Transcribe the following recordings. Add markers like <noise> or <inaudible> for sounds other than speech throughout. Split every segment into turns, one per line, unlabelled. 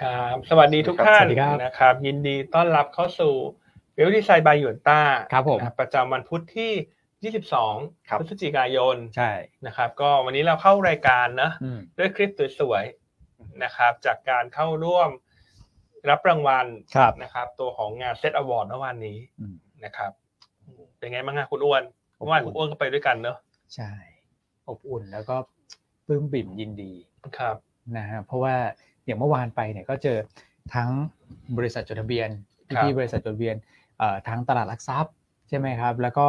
ครับสวัสดีทุกท่า
ส
น
วัสดีครับ
นะครับ ยินดีต้อนรับเข้าสู่เวลที่ไซบายหยวนต้า
ครับผม
นะประจำวันพุธที่
ครับ
22 พฤศจิกายน
ใช่
นะครับ ก็วันนี้เราเข้ารายการนะ
อืม
ด้วยคลิปสวยๆนะครับ จากการเข้าร่วมรับรางวัล
ครับ
นะครับ ตัวของงานเซตอวอร์ดเมื่อวานนี้
อืม
นะครับ เป็นไงบ้างฮะคุณอ้วนเมื่อวานคุณอ้วนก็ไปด้วยกันเนอะ
ใช่ อบอุ่นแล้วก็ปลื้มบิ่มยินดี
ครับ
นะฮะเพราะว่าอย่างเมื่อวานไปเนี่ยก็เจอทั้งบริษัทจดทะเบียน
ครับ
พี่ๆบริษัทจดทะเบียนเอ่อทั้งตลาดหลักทรัพย์ใช่ไหมครับ แล้วก็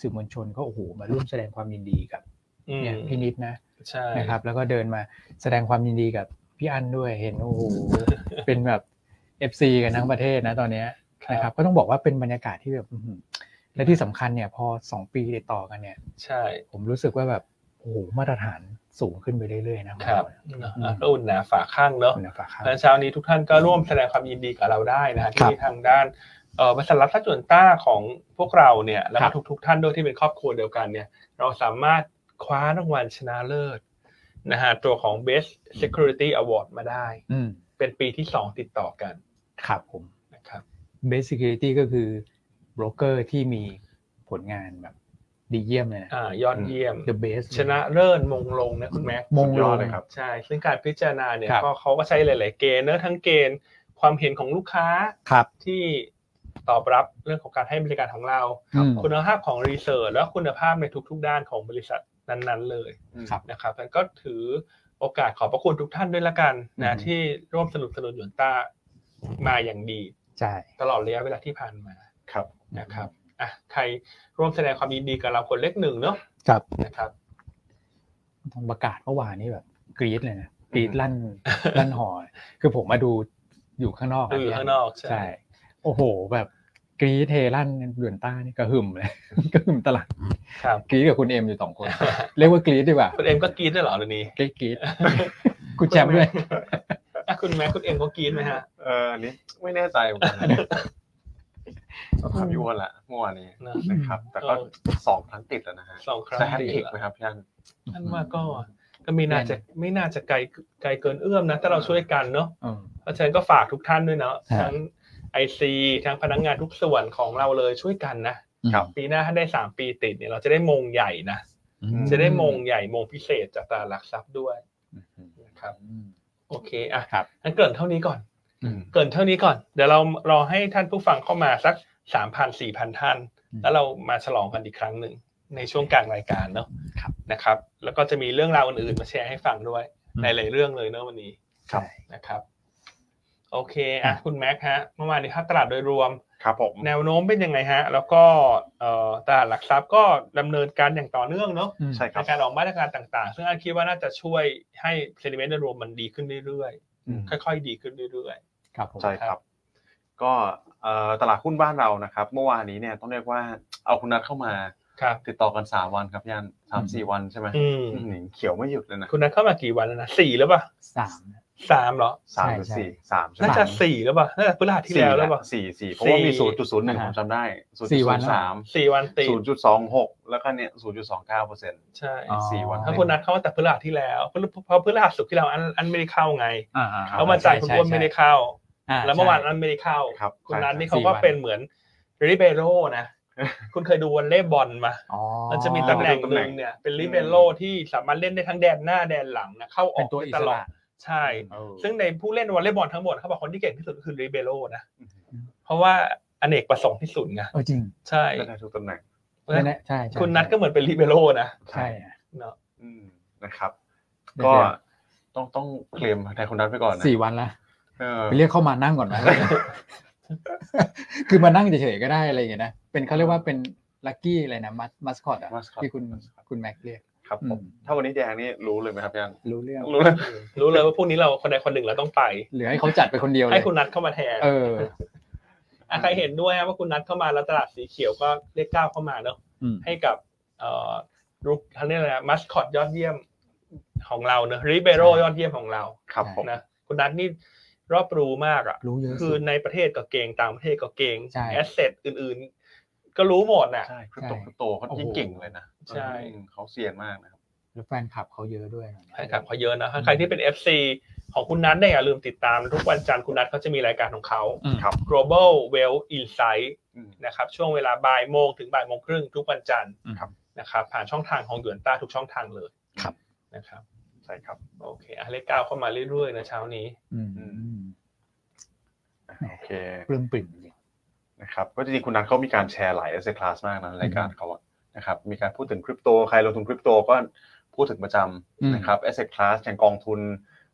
สื่อมวลชนก็โอ้โหมาร่วมแสดงความยินดีกับ
อืม
เนี่ยพี่นิดนะ
ใช่
นะครับ แล้วก็เดินมาแสดงความยินดีกับพี่อันด้วยเห็นโอ้โห
<laughs>
เป็นแบบ FC กันทั้งประเทศนะตอนเนี้ย นะครับก็ต้องบอกว่าเป็นบรรยากาศที่แบบอื้อหือและที่สำคัญเนี่ยพอสองปีติดต่อกันเนี่ย
ใช่
ผมรู้สึกว่าแบบโอ้โหมาตรฐานสูงขึ้นไปเรื่อยๆนะครับ อืม
เนอะอ่ะก็อุ่นหนาฝาข้างเนอะ
คุณฝากครับ
ดังนั้นเช้านี้ทุกท่านก็ร่วมแสดงความยินดีกับเราได้นะฮะ
ครับ
ที่ทางด้านเอ่อบริษัทรับทัจวนต้าของพวกเราเนี่ยแล้ว
ครั
ก็
บ
ทุกๆ ท่านด้วยที่เป็นครอบครัวเดียวกันเนี่ยเราสามารถคว้ารางวัลชนะเลิศนะฮะตัวของ Best Security Award มาได้
อืม
เป็นปีที่ 2 ติดต่อกัน
ครับผม
นะครับ
Best Security ก็คือโบรกเกอร์ที่มีผลงานแบบดีเยี่ยมเลยนะ
อ่ายอดเยี่ยม
The Best
ชนะเลิศมงลงนะคุณแม็กซ์
มงล
สุดยอง ดเลยครับใช่ ซึ่งการพิจารณาเนี่ย
ครับ
ก็เขาก็ใช้หลาย ๆ เกณฑ์เนอะทั้งเกณฑ์ความเห็นของลูกค้า
ครับ
ที่ตอบรับเรื่องของการให้บริการของเรา
อืม
คุณภาพของรีเสิร์ชและคุณภาพในทุกๆ ด้านของบริษัทนั้นๆเลย
ครับ
นะครับแล้วก็ถือโอกาสขอบพระคุณทุกท่านด้วยละกันนะ
อืม
ที่ร่วมสนุบสนุนหยวนต้ามาอย่างดี
ใช่
ตลอดระยะเวลาที่ผ่านมา
ครับ
นะครับอ่ะใครร่วมแสดงความยินดีกับเราคนเล็กหนึ่งเนาะ
ครับ
นะครับ
ต้องประกาศเมื่อวานนี่แบบกรี๊ดเลยนะกรี๊ดลั่นลั่นหอคือผมมาดูอยู่ข้างนอกะ
ดูอยู่ข้างนอกใช่
ใช่ โอ้โห แบบกรี๊ดเฮลั่นด่วนต้านี่กระหึ่มเลย <laughs> กระหึ่มตลาด
ครับ
กรี๊ดกับคุณเอ็มอยู่สองคน
<laughs>
เรียกว่ากรี๊ดดีกว่า
คุณเอ็มก็กรีดด้วยเหรอเดี๋ยวนี้
กรี๊ด
<laughs>
กรี๊ดคุณแจมด้วย
อ่ะคุณแม็กคุณเอ็มก็กรีดไหมฮะ
เอออันนี้ไม่แน่ใจเหมือนกันนะต้องถามพี่อ้วนละเมื่อวานนี้
เนอะ
นะครับ แต่ก็
เออ
สองครั้งติดแล้วนะฮะ
สองครั้ง
จะแฮตทริก
เหรอ
ไหมครับพี่อัน
อันว่าก็ก็ไม่น่าจะไม่น่าจะไกลไกลเกินเอื้อมนะถ้าเราช่วยกันเนาะ
อืม
เพราะฉะนั้นก็ฝากทุกท่านด้วยเนาะ
ฮะ
ทั้งไอซีทั้งพนักงานทุกส่วนของเราเลยช่วยกันนะ ปีหน้าถ้าได้สามปีติดเนี่ยเราจะได้มงใหญ่นะ
อื
จะได้มงใหญ่มงพิเศษจากตลาดหลักทรัพย์ด้วย
อืม
นะครับโอเคอ่ะ
ครับ
งั้นเกรินเท่านี้ก่อน
อืม
เกรินเท่านี้ก่อน เดี๋ยวเรารอให้ท่านผู้ฟังเข้ามาสักสามพันสี่พันท่าน
อืม
แล้วเรามาฉลองกันอีกครั้งหนึ่งในช่วงกลางรายการเนาะ
ครับ
นะครับ แล้วก็จะมีเรื่องราวอื่นๆมาแชร์ให้ฟังด้วยในหลายเรื่องเลยเนอะวันนี้
ครับ
นะครับโอเคอ่ะคุณแม็กซ์ฮะเมื่อวานนี้ภาพตลาดโดยรวม
ครับผม
แนวโน้มเป็นยังไงฮะ แล้วก็เอ่อตลาดหลักทรัพย์ก็ดำเนินการอย่างต่อเนื่องเนาะ
อืม
ใช่
ใน
ครับ
การออกมาตรการต่างๆ ซึ่งอันคิดว่าน่าจะช่วยให้เซนิเมนต์โดยรวมมันดีขึ้นเรื่อย
อืม
ๆ ค่อยๆ ดีขึ้นเรื่อย
ครับผม
ใช่ครับ ก็เอ่อตลาดหุ้นบ้านเรานะครับ เมื่อวานนี้เนี่ยต้องเรียกว่าเอาคุณนัทเข้ามา
ๆ ครับ
ติดต่อกันสามวันครับพี่อันสามสี่วันใช่ไหม
อืม
อืมเขียวไม่หยุดเลยนะ
คุณนัทเข้ามากี่วันแล้วนะสี่แล้วป่ะ
สาม
สามเหรอ
สามหรือ
ใช่
สี่สามใช่ไหม
น่าจะสี่แล้วป่ะน่าจะพฤหัสที่แล้วแล้วป่ะ
สี่สี่เพราะว่ามี
สี่
ศูนย์จุดศูนย์หนึ่ง
อ่า
ผ
ฮะ
มจำได้ศูนย์
สี่
จุด
วั
ศู
น
น
แล้ว
ย์สาม
สี่วันติด
ศูนย์จุดสองหกแล้วก็เนี่ยศูนย์จุดสองเก้าเปอร์เซ็นต์
ใช่
อ๋อ
สี่วัน
ถ้าคุณนัทเข้ามาแต่พฤหัสที่แล้วเพราะพฤหัสสุกร์ที่เราอันอันไม่ได้เข้าไง
อ่า
ครับ
แล้ววันจันทร์คุณอ้วนไม่ได้เข้า
อ่า
แล้วเมื่อวาน
ใช่
นั้นไม่ได้เข้า
ครับ
คุณ
ใช่
นัท
ใช่
นี่เขา
สี่
ก็
วัน
เป็นเหมือนริเบโร่นะ คุณเคยดูวอลเล่บอลมา
อ๋อ
มันจะมีตำแหน่งหนึ่งเนี่ย เป็นริเบโร่ที่สามารถเล่นได้ทั้งแดนหน้าแดนหลังนะ เข้าออก
เป็นตัว
ได้
อิ
ต
ส
ลอด
ระ
ใช่
เออ
ซึ่งในผู้เล่นวอลเล่บอลทั้งหมดเขาบอกคนที่เก่งที่สุดก็คือริเบโร่นะ
อืม
เพราะว่าอเนกประสงค์ที่สุดไง
เออจริง
ใช่
ได้ได้ทุกตำแหน่ง
เพราะฉะนั้น
แน่ๆใช่ใช่
คุณนัทก็เหมือนเป็นริเบโร่นะ
ใช่อะ
เนาะ
อืมนะครับ
เดี๋ยว
ก็ต้องต้องเคลมไทยคนนั้นไปก่อนนะ
สี่วันละ
เออ
ไปเรียกเข้ามานั่งก่อนไหม <laughs> คือมานั่งเฉยๆก็ได้อะไรอย่างเงี้ยนะ เป็นเขาเรียกว่าเป็นลักกี้อะไรนะมัสมัสคอตอ่ะ
Mascot
ที่คุณคุณแม็กเรียก
ครับผม
อืม
ถ้าวันนี้แดงนี่รู้เลยไหมครับพี่อัน
รู้เรื่อง
รู้เลย
รู้เลยว่าพวกนี้เราคนใดคนหนึ่งเราต้องไป
หรือให้เขาจัดไปคนเดียวเล
ให้
ย
คุณนัทเข้ามาแทน
เออ
อ่ะใครเห็นด้วยฮะว่าคุณนัทเข้ามาแล้วตลาดสีเขียวก็เลขเก้าเข้ามาเนาะ
อืม
ให้กับเอ่อลูกทั้งนี้เลยมัสคอตยอดเยี่ยมของเราเนอะริเบโร
ใช่
ยอดเยี่ยมของเรา
ครับผม
นะคุณนัทนี่รอบรู้มากอ่ะ
รู้เยอะ
คื
สุ
อ
ด
ในประเทศก็เก่งต่างประเทศก็เก่ง
ใช่
แอสเซทอื่นๆ ก็รู้หมดน่ะ
ใช่คริปโตคริปโตเขายิ่งเก่งเลยนะ
ใช่
อืมเขาเซียนมากนะครับ
แล้วแฟนคลับเขาเยอะด้วยนะ
แฟนคลับเขาเยอะนะถ้าใครที่เป็น FC ของคุณนัทเนี่ยอย่าลืมติดตามทุกวันจันทร์คุณนัทเขาจะมีรายการของเขา
อืม
ครับ
global well insight
อืม
นะครับช่วงเวลาบ่ายโมงถึงบ่ายโมงครึ่งทุกวันจันทร์
อืม
ครับ
นะครับผ่านช่องทางของหยวนต้าทุกช่องทางเลย
ครับ
นะครับ
ใช่ครับ
โอเคอ่ะเลขเก้าเข้ามาเรื่อยๆนะเช้านี้
อืม
อื โอเค
ปลื้มปริ่มจริง
นะครับก็จริงๆคุณนัทเขามีการแชร์หลาย asset class มากนะรายการเขาอะนะครับมีการพูดถึงคริปโตใครลงทุนคริปโตก็พูดถึงประจ
อืม
ำนะครับ asset class อย่างกองทุน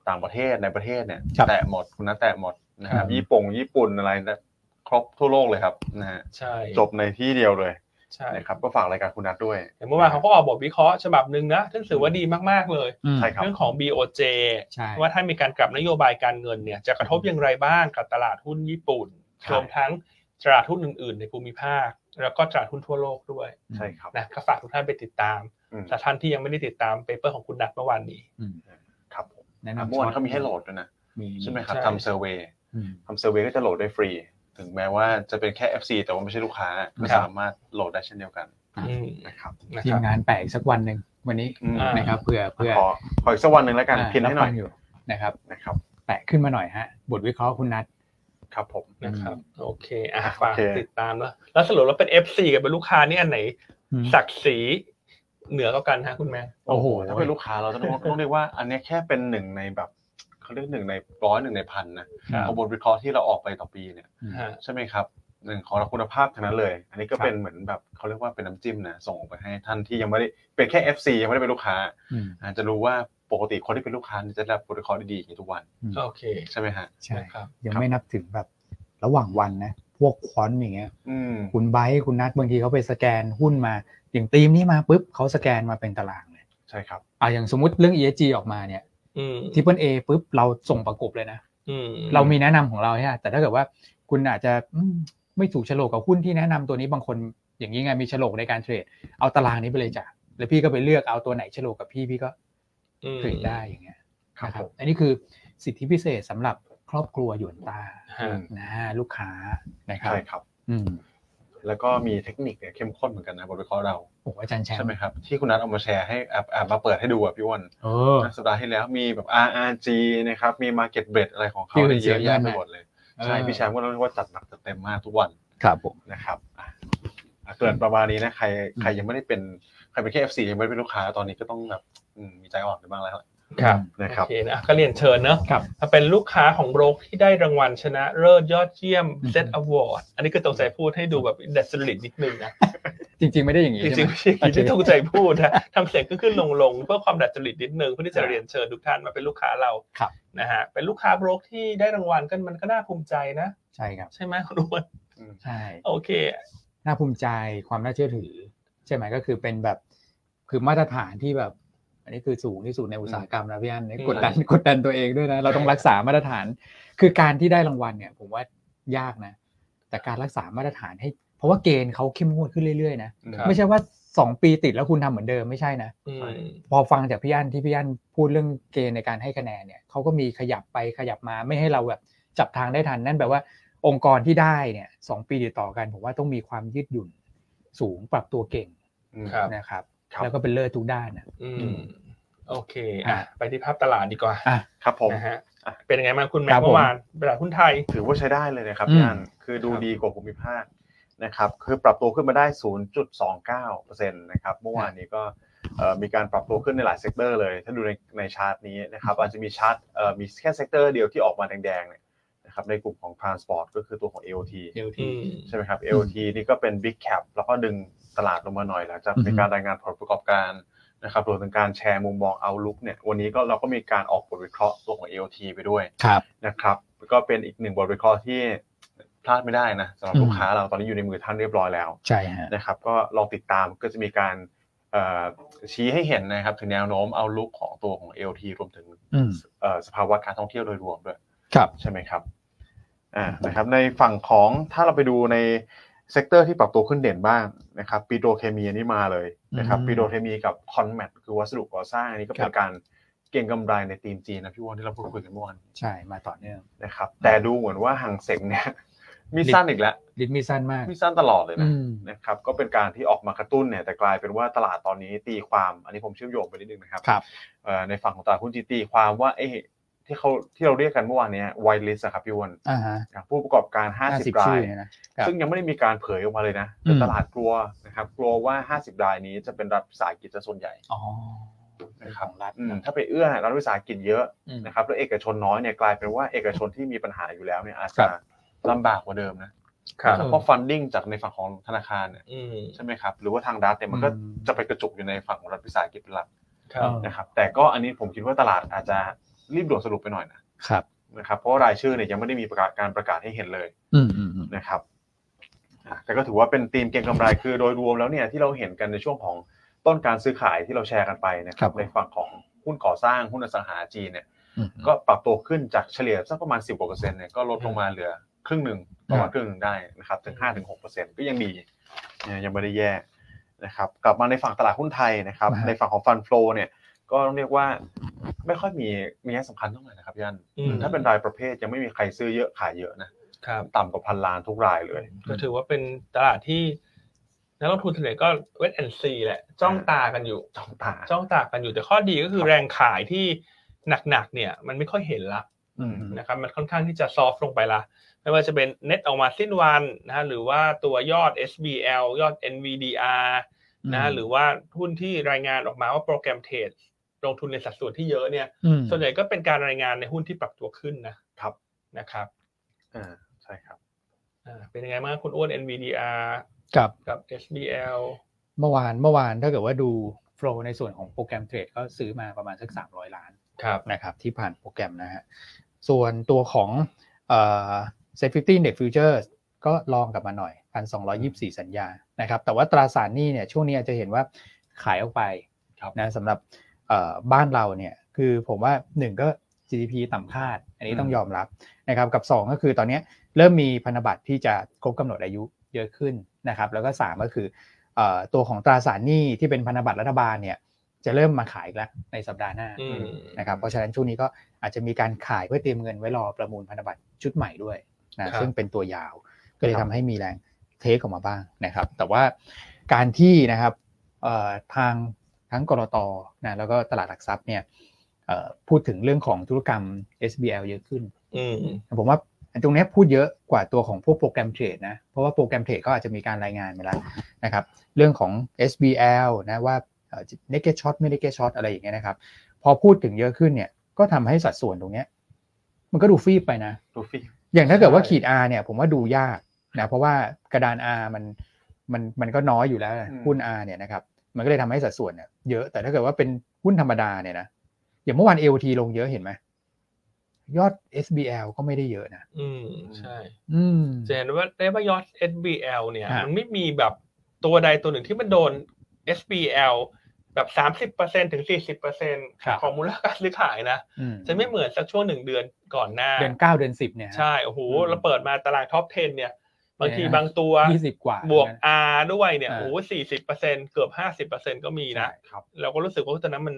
ต่างประเทศในประเทศเนี่ย
ครับ
แตะหมดคุณนัทแตะหมดนะค
ครั
รับบ ญี่ปุ่งญี่ปุ่นอะไรนะครบทั่วโลกเลยครับนะฮะ
ใช่
จบในที่เดียวเลย
ใช่
นะครับก็ฝากรายการคุณนัทด้วย
แต่เมื่อวานเขาก็ออกบทวิเคราะห์ฉบับหนึ่งนะซึ่งถือว่าดีมากๆเลย
อืม
ใช่ครับ
เรื่องของ BOJ
ใช่
ว่าถ้ามีการกลับนโยบายการเงินเนี่ยจะกระทบอย่างไรบ้างกับตลาดหุ้นญี่ปุ่น
ใช่
รวมทั้งตลาดหุ้นอื่นๆ ในภูมิภาค แล้วก็ตลาดหุ้นทั่วโลกด้วย
ใช่ครับ
นะก็ฝากทุกท่านไปติดตาม
อืม
แต่ท่านที่ยังไม่ได้ติดตามเปเปอร์ของคุณดักเมื่อวานนี้
อืม
ครับผม
แนะ
อ่ะ
นำ
เมื่อวานเขามีให้โหลดด้วยนะใช่ไหมครับ
ใช่
ทำเซอร์เว
อืม
ทำเซอร์เวย์ก็จะโหลดได้ฟรี ถึงแม้ว่าจะเป็นแค่ FC แต่ว่าไม่ใช่ลูกค้าก็
ครับ
สามารถโหลดได้เช่นเดียวกัน
ครับ
อืม
นะครับ
นะ
ที
ครั
ม
บ
งานแปลกสักวันหนึ่งวันนี้
อืม
นะครับเผื่อเผื่อ
ขอขออีกสักวันหนึ่งแล้วกัน
อ่า
พินให้หน่อ
รับ
ย
ฟังอยู่นะครับ
นะครับ
แปะขึ้นมาหน่อยฮะ บทวิเคราะห์คุณนัท
ครับผม
นะครับโอเคอ่ะ
อ่ะ
ฝาก
โอเค
ติดตามแล้วแล้วสรุปแล้วเป็น FC กับเป็นลูกค้านี่อันไหนศักดิ์ศรีเหนือกว่ากันฮะคุณแม่
โอ้โห
ถ้าเป็นลูกค้าเราต้องต้องเรียกว่า อันเนี้ยแค่เป็นหนึ่งในแบบเขาเรียกหนึ่งในร้อยหนึ่งในพันนะครับ เอาบทวิเคราะห์ที่เราออกไปต่อปีเนี่ย
ฮะ
ใช่ไหมครับหนึ่งของเราคุณภาพทั้งนั้นเลย อันนี้ก็เป็นเหมือนแบบเขาเรียกว่าเป็นน้ำจิ้มนะส่งออกไปให้ท่านที่ยังไม่ได้เป็นแค่ FC ยังไม่ได้เป็นลูกค้า
อืม
อาจจะรู้ว่าปกติคนที่เป็นลูกค้าเนี่ยจะได้รับบทวิเคราะห์ดีๆอย่างนี้ทุกวัน
อืม
โอเค
ใช่ไหมฮะ
ใช่
นะครับ
ยัง
ครับ
ไม่นับถึงแบบระหว่างวันนะ พวกควอนต์อย่างเงี้ย
อืม
คุณไบค์คุณนัทบางทีเขาไปสแกนหุ้นมา อย่างตีมนี้มาปุ๊บเขาสแกนมาเป็นตารางเลย
ใช่ครับ
อ่าอย่างสมมติเรื่อง ESG ออกมาเนี่ย
อืม
ทริปเปิลเอปุ๊บเราส่งประกบเลยนะ
อืม
เรามีแนะนำของเราเนี่ยแต่ถ้าเกิดว่าคุณอาจจะอืมไม่ถูกโฉลกกับหุ้นที่แนะนำตัวนี้บางคนอย่างนี้ไงมีโฉลกในการเทรดเอาตารางนี้ไปเลยจ้ะแล้วพี่ก็ไปเลือกเอาตัวไหนโฉลกกับพี่พี่ก็
อืม
เทรดได้อย่างเงี้ย
ครับ
นะ
ผม
อันนี้คือสิทธิพิเศษสำหรับครอบครัวหยวนตา
ฮะ
นะลูกค้านะครับ
ใช่ครับ
อืม
แล้วก็มีเทคนิคเนี่ยเข้มข้นเหมือนกันนะบทวิเคราะห์เรา
โอ้อาจารย์แชม
ใช่ไหม
ป์
ครับ ที่คุณนัทเอามาแชร์ให้แอบแอบมาเปิดให้ดูอ่ะพี่อ้วน
เออ
สัปดาห์ที่แล้วมีแบบ RRG นะครับมี Market b r e a d อะไรของเขา
ที่คุณ
เยอะแยะ
เสียเงิน
ไป
น่ะ
หมดเลย ใช่พี่แชมป์ก็เรียกว่าจัดหนักจัดเต็มมากทุกวัน
ครับผม
นะครับอ่ะอ่ะเกรินประมาณนี้นะใคร
อืม
ใครยังไม่ได้เป็นใครเป็นแค่ FC ยังไม่ได้เป็นลูกค้าตอนนี้ก็ต้องแบบอืมมีใจอ่อนกันบ้างแล้ว
ครับ
นะครับ
โอเคนะก็เรียนเชิญเนอะ
ครับ
ถ้าเป็นลูกค้าของโบรกที่ได้รางวัลชนะเลิศยอดเยี่ยม
อืม
เซตอวอร์ดอันนี้ก็ตรงใจพูดให้ดูแบบดัดจริตนิดนึงนะ
จริง ๆ ไม่ได้อย่างนี้
จ
ใช่
ริงๆ
ไหม
ไม่ใช่อย่างที่
โอเค
ตรงใจพูดนะทำเสียงขึ้นๆลงๆเพื่อความดัดจริตนิดนึงเพื่อที่จะเรียนเชิญทุกท่านมาเป็นลูกค้าเรา
ครับ
นะฮะเป็นลูกค้าโบรกที่ได้รางวัลกันมันก็น่าภูมิใจนะ
ใช่ครับ
ใช่ไหมคุณอ้วน
อืม
ใช่
โอเค
น่าภูมิใจความน่าเชื่อถือ ใช่ไหมก็คือเป็นแบบคือมาตรฐานที่แบบ อันนี้คือสูงที่สุดในอุตสาหกรรมนะพี่อันนี่กดดัน <laughs> กดดันตัวเองด้วยนะเราต้องรักษามาตรฐาน คือการที่ได้รางวัลเนี่ย ผมว่ายากนะ แต่การรักษามาตรฐานให้ เพราะว่าเกณฑ์เขาเข้มงวดขึ้นเรื่อยๆนะครับ ไม่ใช่ว่าสองปีติดแล้วคุณทำเหมือนเดิมไม่ใช่นะ
อืม
พอฟังจากพี่อั้นที่พี่อั้นพูดเรื่องเกณฑ์ในการให้คะแนนเนี่ยเขาก็มีขยับไปขยับมาไม่ให้เราแบบจับทางได้ทันนั่นแปลว่าองค์กรที่ได้เนี่ยสองปีติดต่อกันผมว่าต้องมีความยืดหยุ่นสูงปรับตัวเก่ง
อืม
ครับ
นะครับ
ครับ
แล้วก็เป็นเลิศทุกด้านนะ
อื
อื
ม
ม
โอเคอ่ะ
อ่ะ
ไปที่ภาพตลาดดีกว่า
อ่ะ
ครับผม
นะฮะ
อ่ะ
เป็นยังไงบ้างคุณแม่
ครับผม
เมื่อวานตลาดหุ้นไทย
ถือว่าใช้ได้เลยนะครับ
อืม
พี่อันคือดู
ครับ
ดีกว่าภูมิภาคนะครับ คือปรับตัวขึ้นมาได้ 0.29%นะครับ เมื่อวานนี้ก็เอ่อมีการปรับตัวขึ้นในหลายเซกเตอร์เลย ถ้าดูในในชาร์ตนี้นะครับ อาจจะมีชาร์ตเอ่อมีแค่เซกเตอร์เดียวที่ออกมาแดงๆเนี่ยนะครับ ในกลุ่มของ transport ก็คือตัวของ AOT
เดี๋ยว
อื
ที่
ม
ใช่ไหมครับ AOT นี่ก็เป็น Big Cap แล้วก็ดึงตลาดลงมาหน่อยหลังจาก
อือฮึ
มีการรายงานผลประกอบการนะครับรวมถึงการแชร์มุมมอง outlook เนี่ย วันนี้ก็เราก็มีการออกบทวิเคราะห์ตัวของ AOT ไปด้วย
ครับ
นะครับก็เป็นอีกหนึ่งบทวิเคราะห์ที่พลาดไม่ได้นะสำหรับ
อืม
ลูกค้าเราตอนนี้อยู่ในมือท่านเรียบร้อยแล้ว
ใช่ฮะ
นะครับก็ลองติดตามก็จะมีการเอ่อชี้ให้เห็นนะครับถึงแนวโน้มเอาลุกของตัวของ LT รวมถึง
อืม
เอ่อสภาวะการท่องเที่ยวโดยรวมด้วย
ครับ
ใช่ไหมครับอ่านะครับในฝั่งของถ้าเราไปดูในเซกเตอร์ที่ปรับตัวขึ้นเด่นบ้างนะครับปิโตรเคมีอันนี้มาเลยนะครับ
อืม
ปิโตรเคมีกับคอนแมทคือวัสดุก่อสร้างอันนี้ก็
ค
เป็
รั
น
บ
การเก็งกำไรในทีมจีนนะพี่วอนที่เราพูดคุยกันเมื่อวาน
ใช่มาต่อเนื่อง
นะครับแต่ดูเหมือนว่าห่างเสงเนี่ย <laughs> มีสั้นอีกแล้ว
ดิดมีสั้นมาก
มีสั้นตลอดเลย
อื
นะ
ม
นะครับก็เป็นการที่ออกมากระตุ้นเนี่ยแต่กลายเป็นว่าตลาดตอนนี้ตีความ อันนี้ผมเชื่อมโยงไปนิดนึงนะครับ
ครับ
เอ่อในฝั่งของตลาดหุ้นจีนตีความว่าไอ้ ที่เขาที่เราเรียกกันเมื่อวานเนี้ไวลิสครับพี่อ้วน
อ่าฮะ
นะผู้ประกอบการ 50
50
รา
ชื่
ย
อเนี่ยนะ ครับ
ซึ่งยังไม่ได้มีการเผยออกมาเลยนะ
อื
แต่
ม
ตลาดกลัวนะครับกลัวว่า 50 รายนี้จะเป็นรัฐวิสาหกิจซะส่วนใหญ่
อ๋อ
นะค
ข
รับ
องรัฐ
อืมถ้าไปเอื้อรัฐวิสาหกิจเยอะ
อืม
นะครับแล้วเอกชนน้อยเนี่ยกลายเป็นว่าเอกชนที่มีปัญหาอยู่แล้วเนี่ยอาจ
ครั
จะ
บ
ลำบากกว่าเดิมนะ
ครั
เออ
บ
เพราะฟันดิ้งจากในฝั่งของธนาคารเนี่ย
อืม
ใช่ไหมครับหรือว่าทางรัฐเนี่ยมันก็
อืม
จะไปกระจุกอยู่ในฝั่งของรัฐวิสาหกิจเป็นหลัก
ครับ
นะครับแต่ก็อันนี้ผมคิดว่าตลาดอาจจะรีบด่วนสรุปไปหน่อยนะครับ นะครับเพราะว่ารายชื่อเนี่ยยังไม่ได้มีประกาศการประกาศให้เห็นเลย
อืมอืมอืม
นะครับอ่ะแต่ก็ถือว่าเป็นธีมเก็งกำไรคือโดยรวมแล้วเนี่ยที่เราเห็นกันในช่วงของต้นการซื้อขายที่เราแชร์กันไปนะค
ครั
รับบ
ผม
ในฝั่งของหุ้นก่อสร้างหุ้นอสังหาจีนเนี่ย
อืม
ก็ปรับตัวขึ้นจากเฉลี่ยสักประมาณ 10กว่าเปอร์เซ็นต์เนี่ยก็ลดลงมาเหลือครึ่งหนึ่งประมาณ
ครับ
ครึ่งหนึ่งได้นะครับถึง5ถึง6เปอร์เซ็นต์ก็ยังดีนะยังไม่ได้แย่นะครับกลับมาในฝั่งตลาดหุ้นไทยนะครับในฝั่งของฟันฟลอเนี่ย ก็ต้องเรียกว่าไม่ค่อยมีมีแง่สำคัญเท่าไหร่นะครับพี่อัน
อืม
ถ้าเป็นรายประเภทยังไม่มีใครซื้อเยอะขายเยอะนะครับ ต่ำกว่าพันล้านทุกรายเลย
ก็ถือว่าเป็นตลาดที่นักลงทุนส่วนใหญ่ก็เวทแอนซีแหละ จ้องตากันอยู่
จ้องตา
จ้องตากันอยู่แต่ข้อดีก็คือ
ครับ
แรงขายที่หนักๆเนี่ย มันไม่ค่อยเห็นละ
อืม
นะครับมันค่อนข้างที่จะซอฟลงไปละไม่ว่าจะเป็นเน็ตออกมาสิ้นวันนะฮะหรือว่าตัวยอด SBL ยอด NVDR นะฮะหรือว่าหุ้นที่รายงานออกมาว่าโปรแกรมเทรดลงทุนในสัดส่วนที่เยอะเนี่ย
ม
ส่วนใหญ่ก็เป็นการรายงานในหุ้นที่ปรับตัวขึ้นนะครับ นะครับ
อ่าใช่ครับ
อ่าเป็นยังไงบ้างคุณอ้วน NVDR
กับ
กับ SBL
เมื่อวานเมื่อวานถ้าเกิดว่าดูโฟลในส่วนของโปรแกรมเทรดก็ซื้อมาประมาณสักสามร้อยล้าน
ครับ
นะครับที่ผ่านโปรแกรมนะฮะส่วนตัวของเซฟฟิตี้เด็กฟิวเจอร์ก็ลองกลับมาหน่อยพันสองร้อยี่สี่สัญญานะครับแต่ว่าตราสารหนี้เนี่ยช่วงนี้อาจจะเห็นว่าขายออกไป
ครับ
นะสำหรับเอ่อบ้านเราเนี่ยคือผมว่าหนึ่งก็ GDP ต่ำคาด อันนี้ต้องยอมรับนะครับกับสองก็คือตอนเนี้ยเริ่มมีพันธบัตรที่จะครบกำหนดอายุเยอะขึ้นนะครับแล้วก็สามก็คือ เอ่อตัวของตราสารหนี้ที่เป็นพันธบัตรรัฐบาลเนี่ยจะเริ่มมาขายอีกแล้วในสัปดาห์หน้า
อืม
นะครับเพราะฉะนั้นช่วงนี้ก็อาจจะมีการขายเพื่อเตรียมเงินไว้รอประมูลพันธบัตรชุดใหม่ด้วยนะซึ่งเป็นตัวยาวก็เลยทำให้มีแรงเทคออกมาบ้างนะครับ แต่ว่าการที่นะครับเอ่อทางทั้งกรตนะแล้วก็ตลาดหลักทรัพย์เนี่ยเอ่อพูดถึงเรื่องของธุรกรรม SBL เยอะขึ้น
อืม
ผมว่าตรงเนี้ยพูดเยอะกว่าตัวของพวกโปรแกรมเทรดนะ เพราะว่าโปรแกรมเทรดก็อาจจะมีการรายงานมาแล้วนะครับ เรื่องของ SBL นะว่าเนกเก็ตช็อตไม่เนกเก็ตช็อตอะไรอย่างเงี้ยนะครับ พอพูดถึงเยอะขึ้นเนี่ยก็ทำให้สัดส่วนตรงเนี้ยมันก็ดูฟีบไปนะ
ดูฟี่
อย่างถ้าเกิดว่า
ใช่
ขีด R เนี่ยผมว่าดูยากนะเพราะว่ากระดาน R มันมันมันก็น้อยอยู่แล้วนะ
อืม
หุ้น R เนี่ยนะครับมันก็เลยทำให้สัดส่วนเนี่ยเยอะแต่ถ้าเกิดว่าเป็นหุ้นธรรมดาเนี่ยนะอย่างเมื่อวาน AOT ลงเยอะเห็นไหมยอด SBL ก็ไม่ได้เยอะนะ
อืมใช่
อืม
จะเห็นว่าได้ว่ายอด SBL เนี่ย
ฮะ
มันไม่มีแบบตัวใดตัวหนึ่งที่มันโดน SBL แบบสามสิบเปอร์เซ็นถึงสี่สิบเปอร์เซ็นของมูลค่าการซื้อขายนะ
อื
จะไม่เหมือนสักช่วงหนึ่งเดือนก่อนหน้า
เดือนเก้าเดือนสิบเนี่ยฮะ
ใช่โอ้โห
อืม
เราเปิดมาตารางท็อป 10 เนี่ย บางที
เนี่ยนะ
บางตัว
ยี่สิบกว่า
บวก
นะ
R ด้วยเนี่ย
อ่า
โอ้โหสี่สิบเปอร์เซ็นเกือบห้าสิบเปอร์เซ็นก็มีนะ
ครับ
เราก็รู้สึกว่าตอนนั้นมัน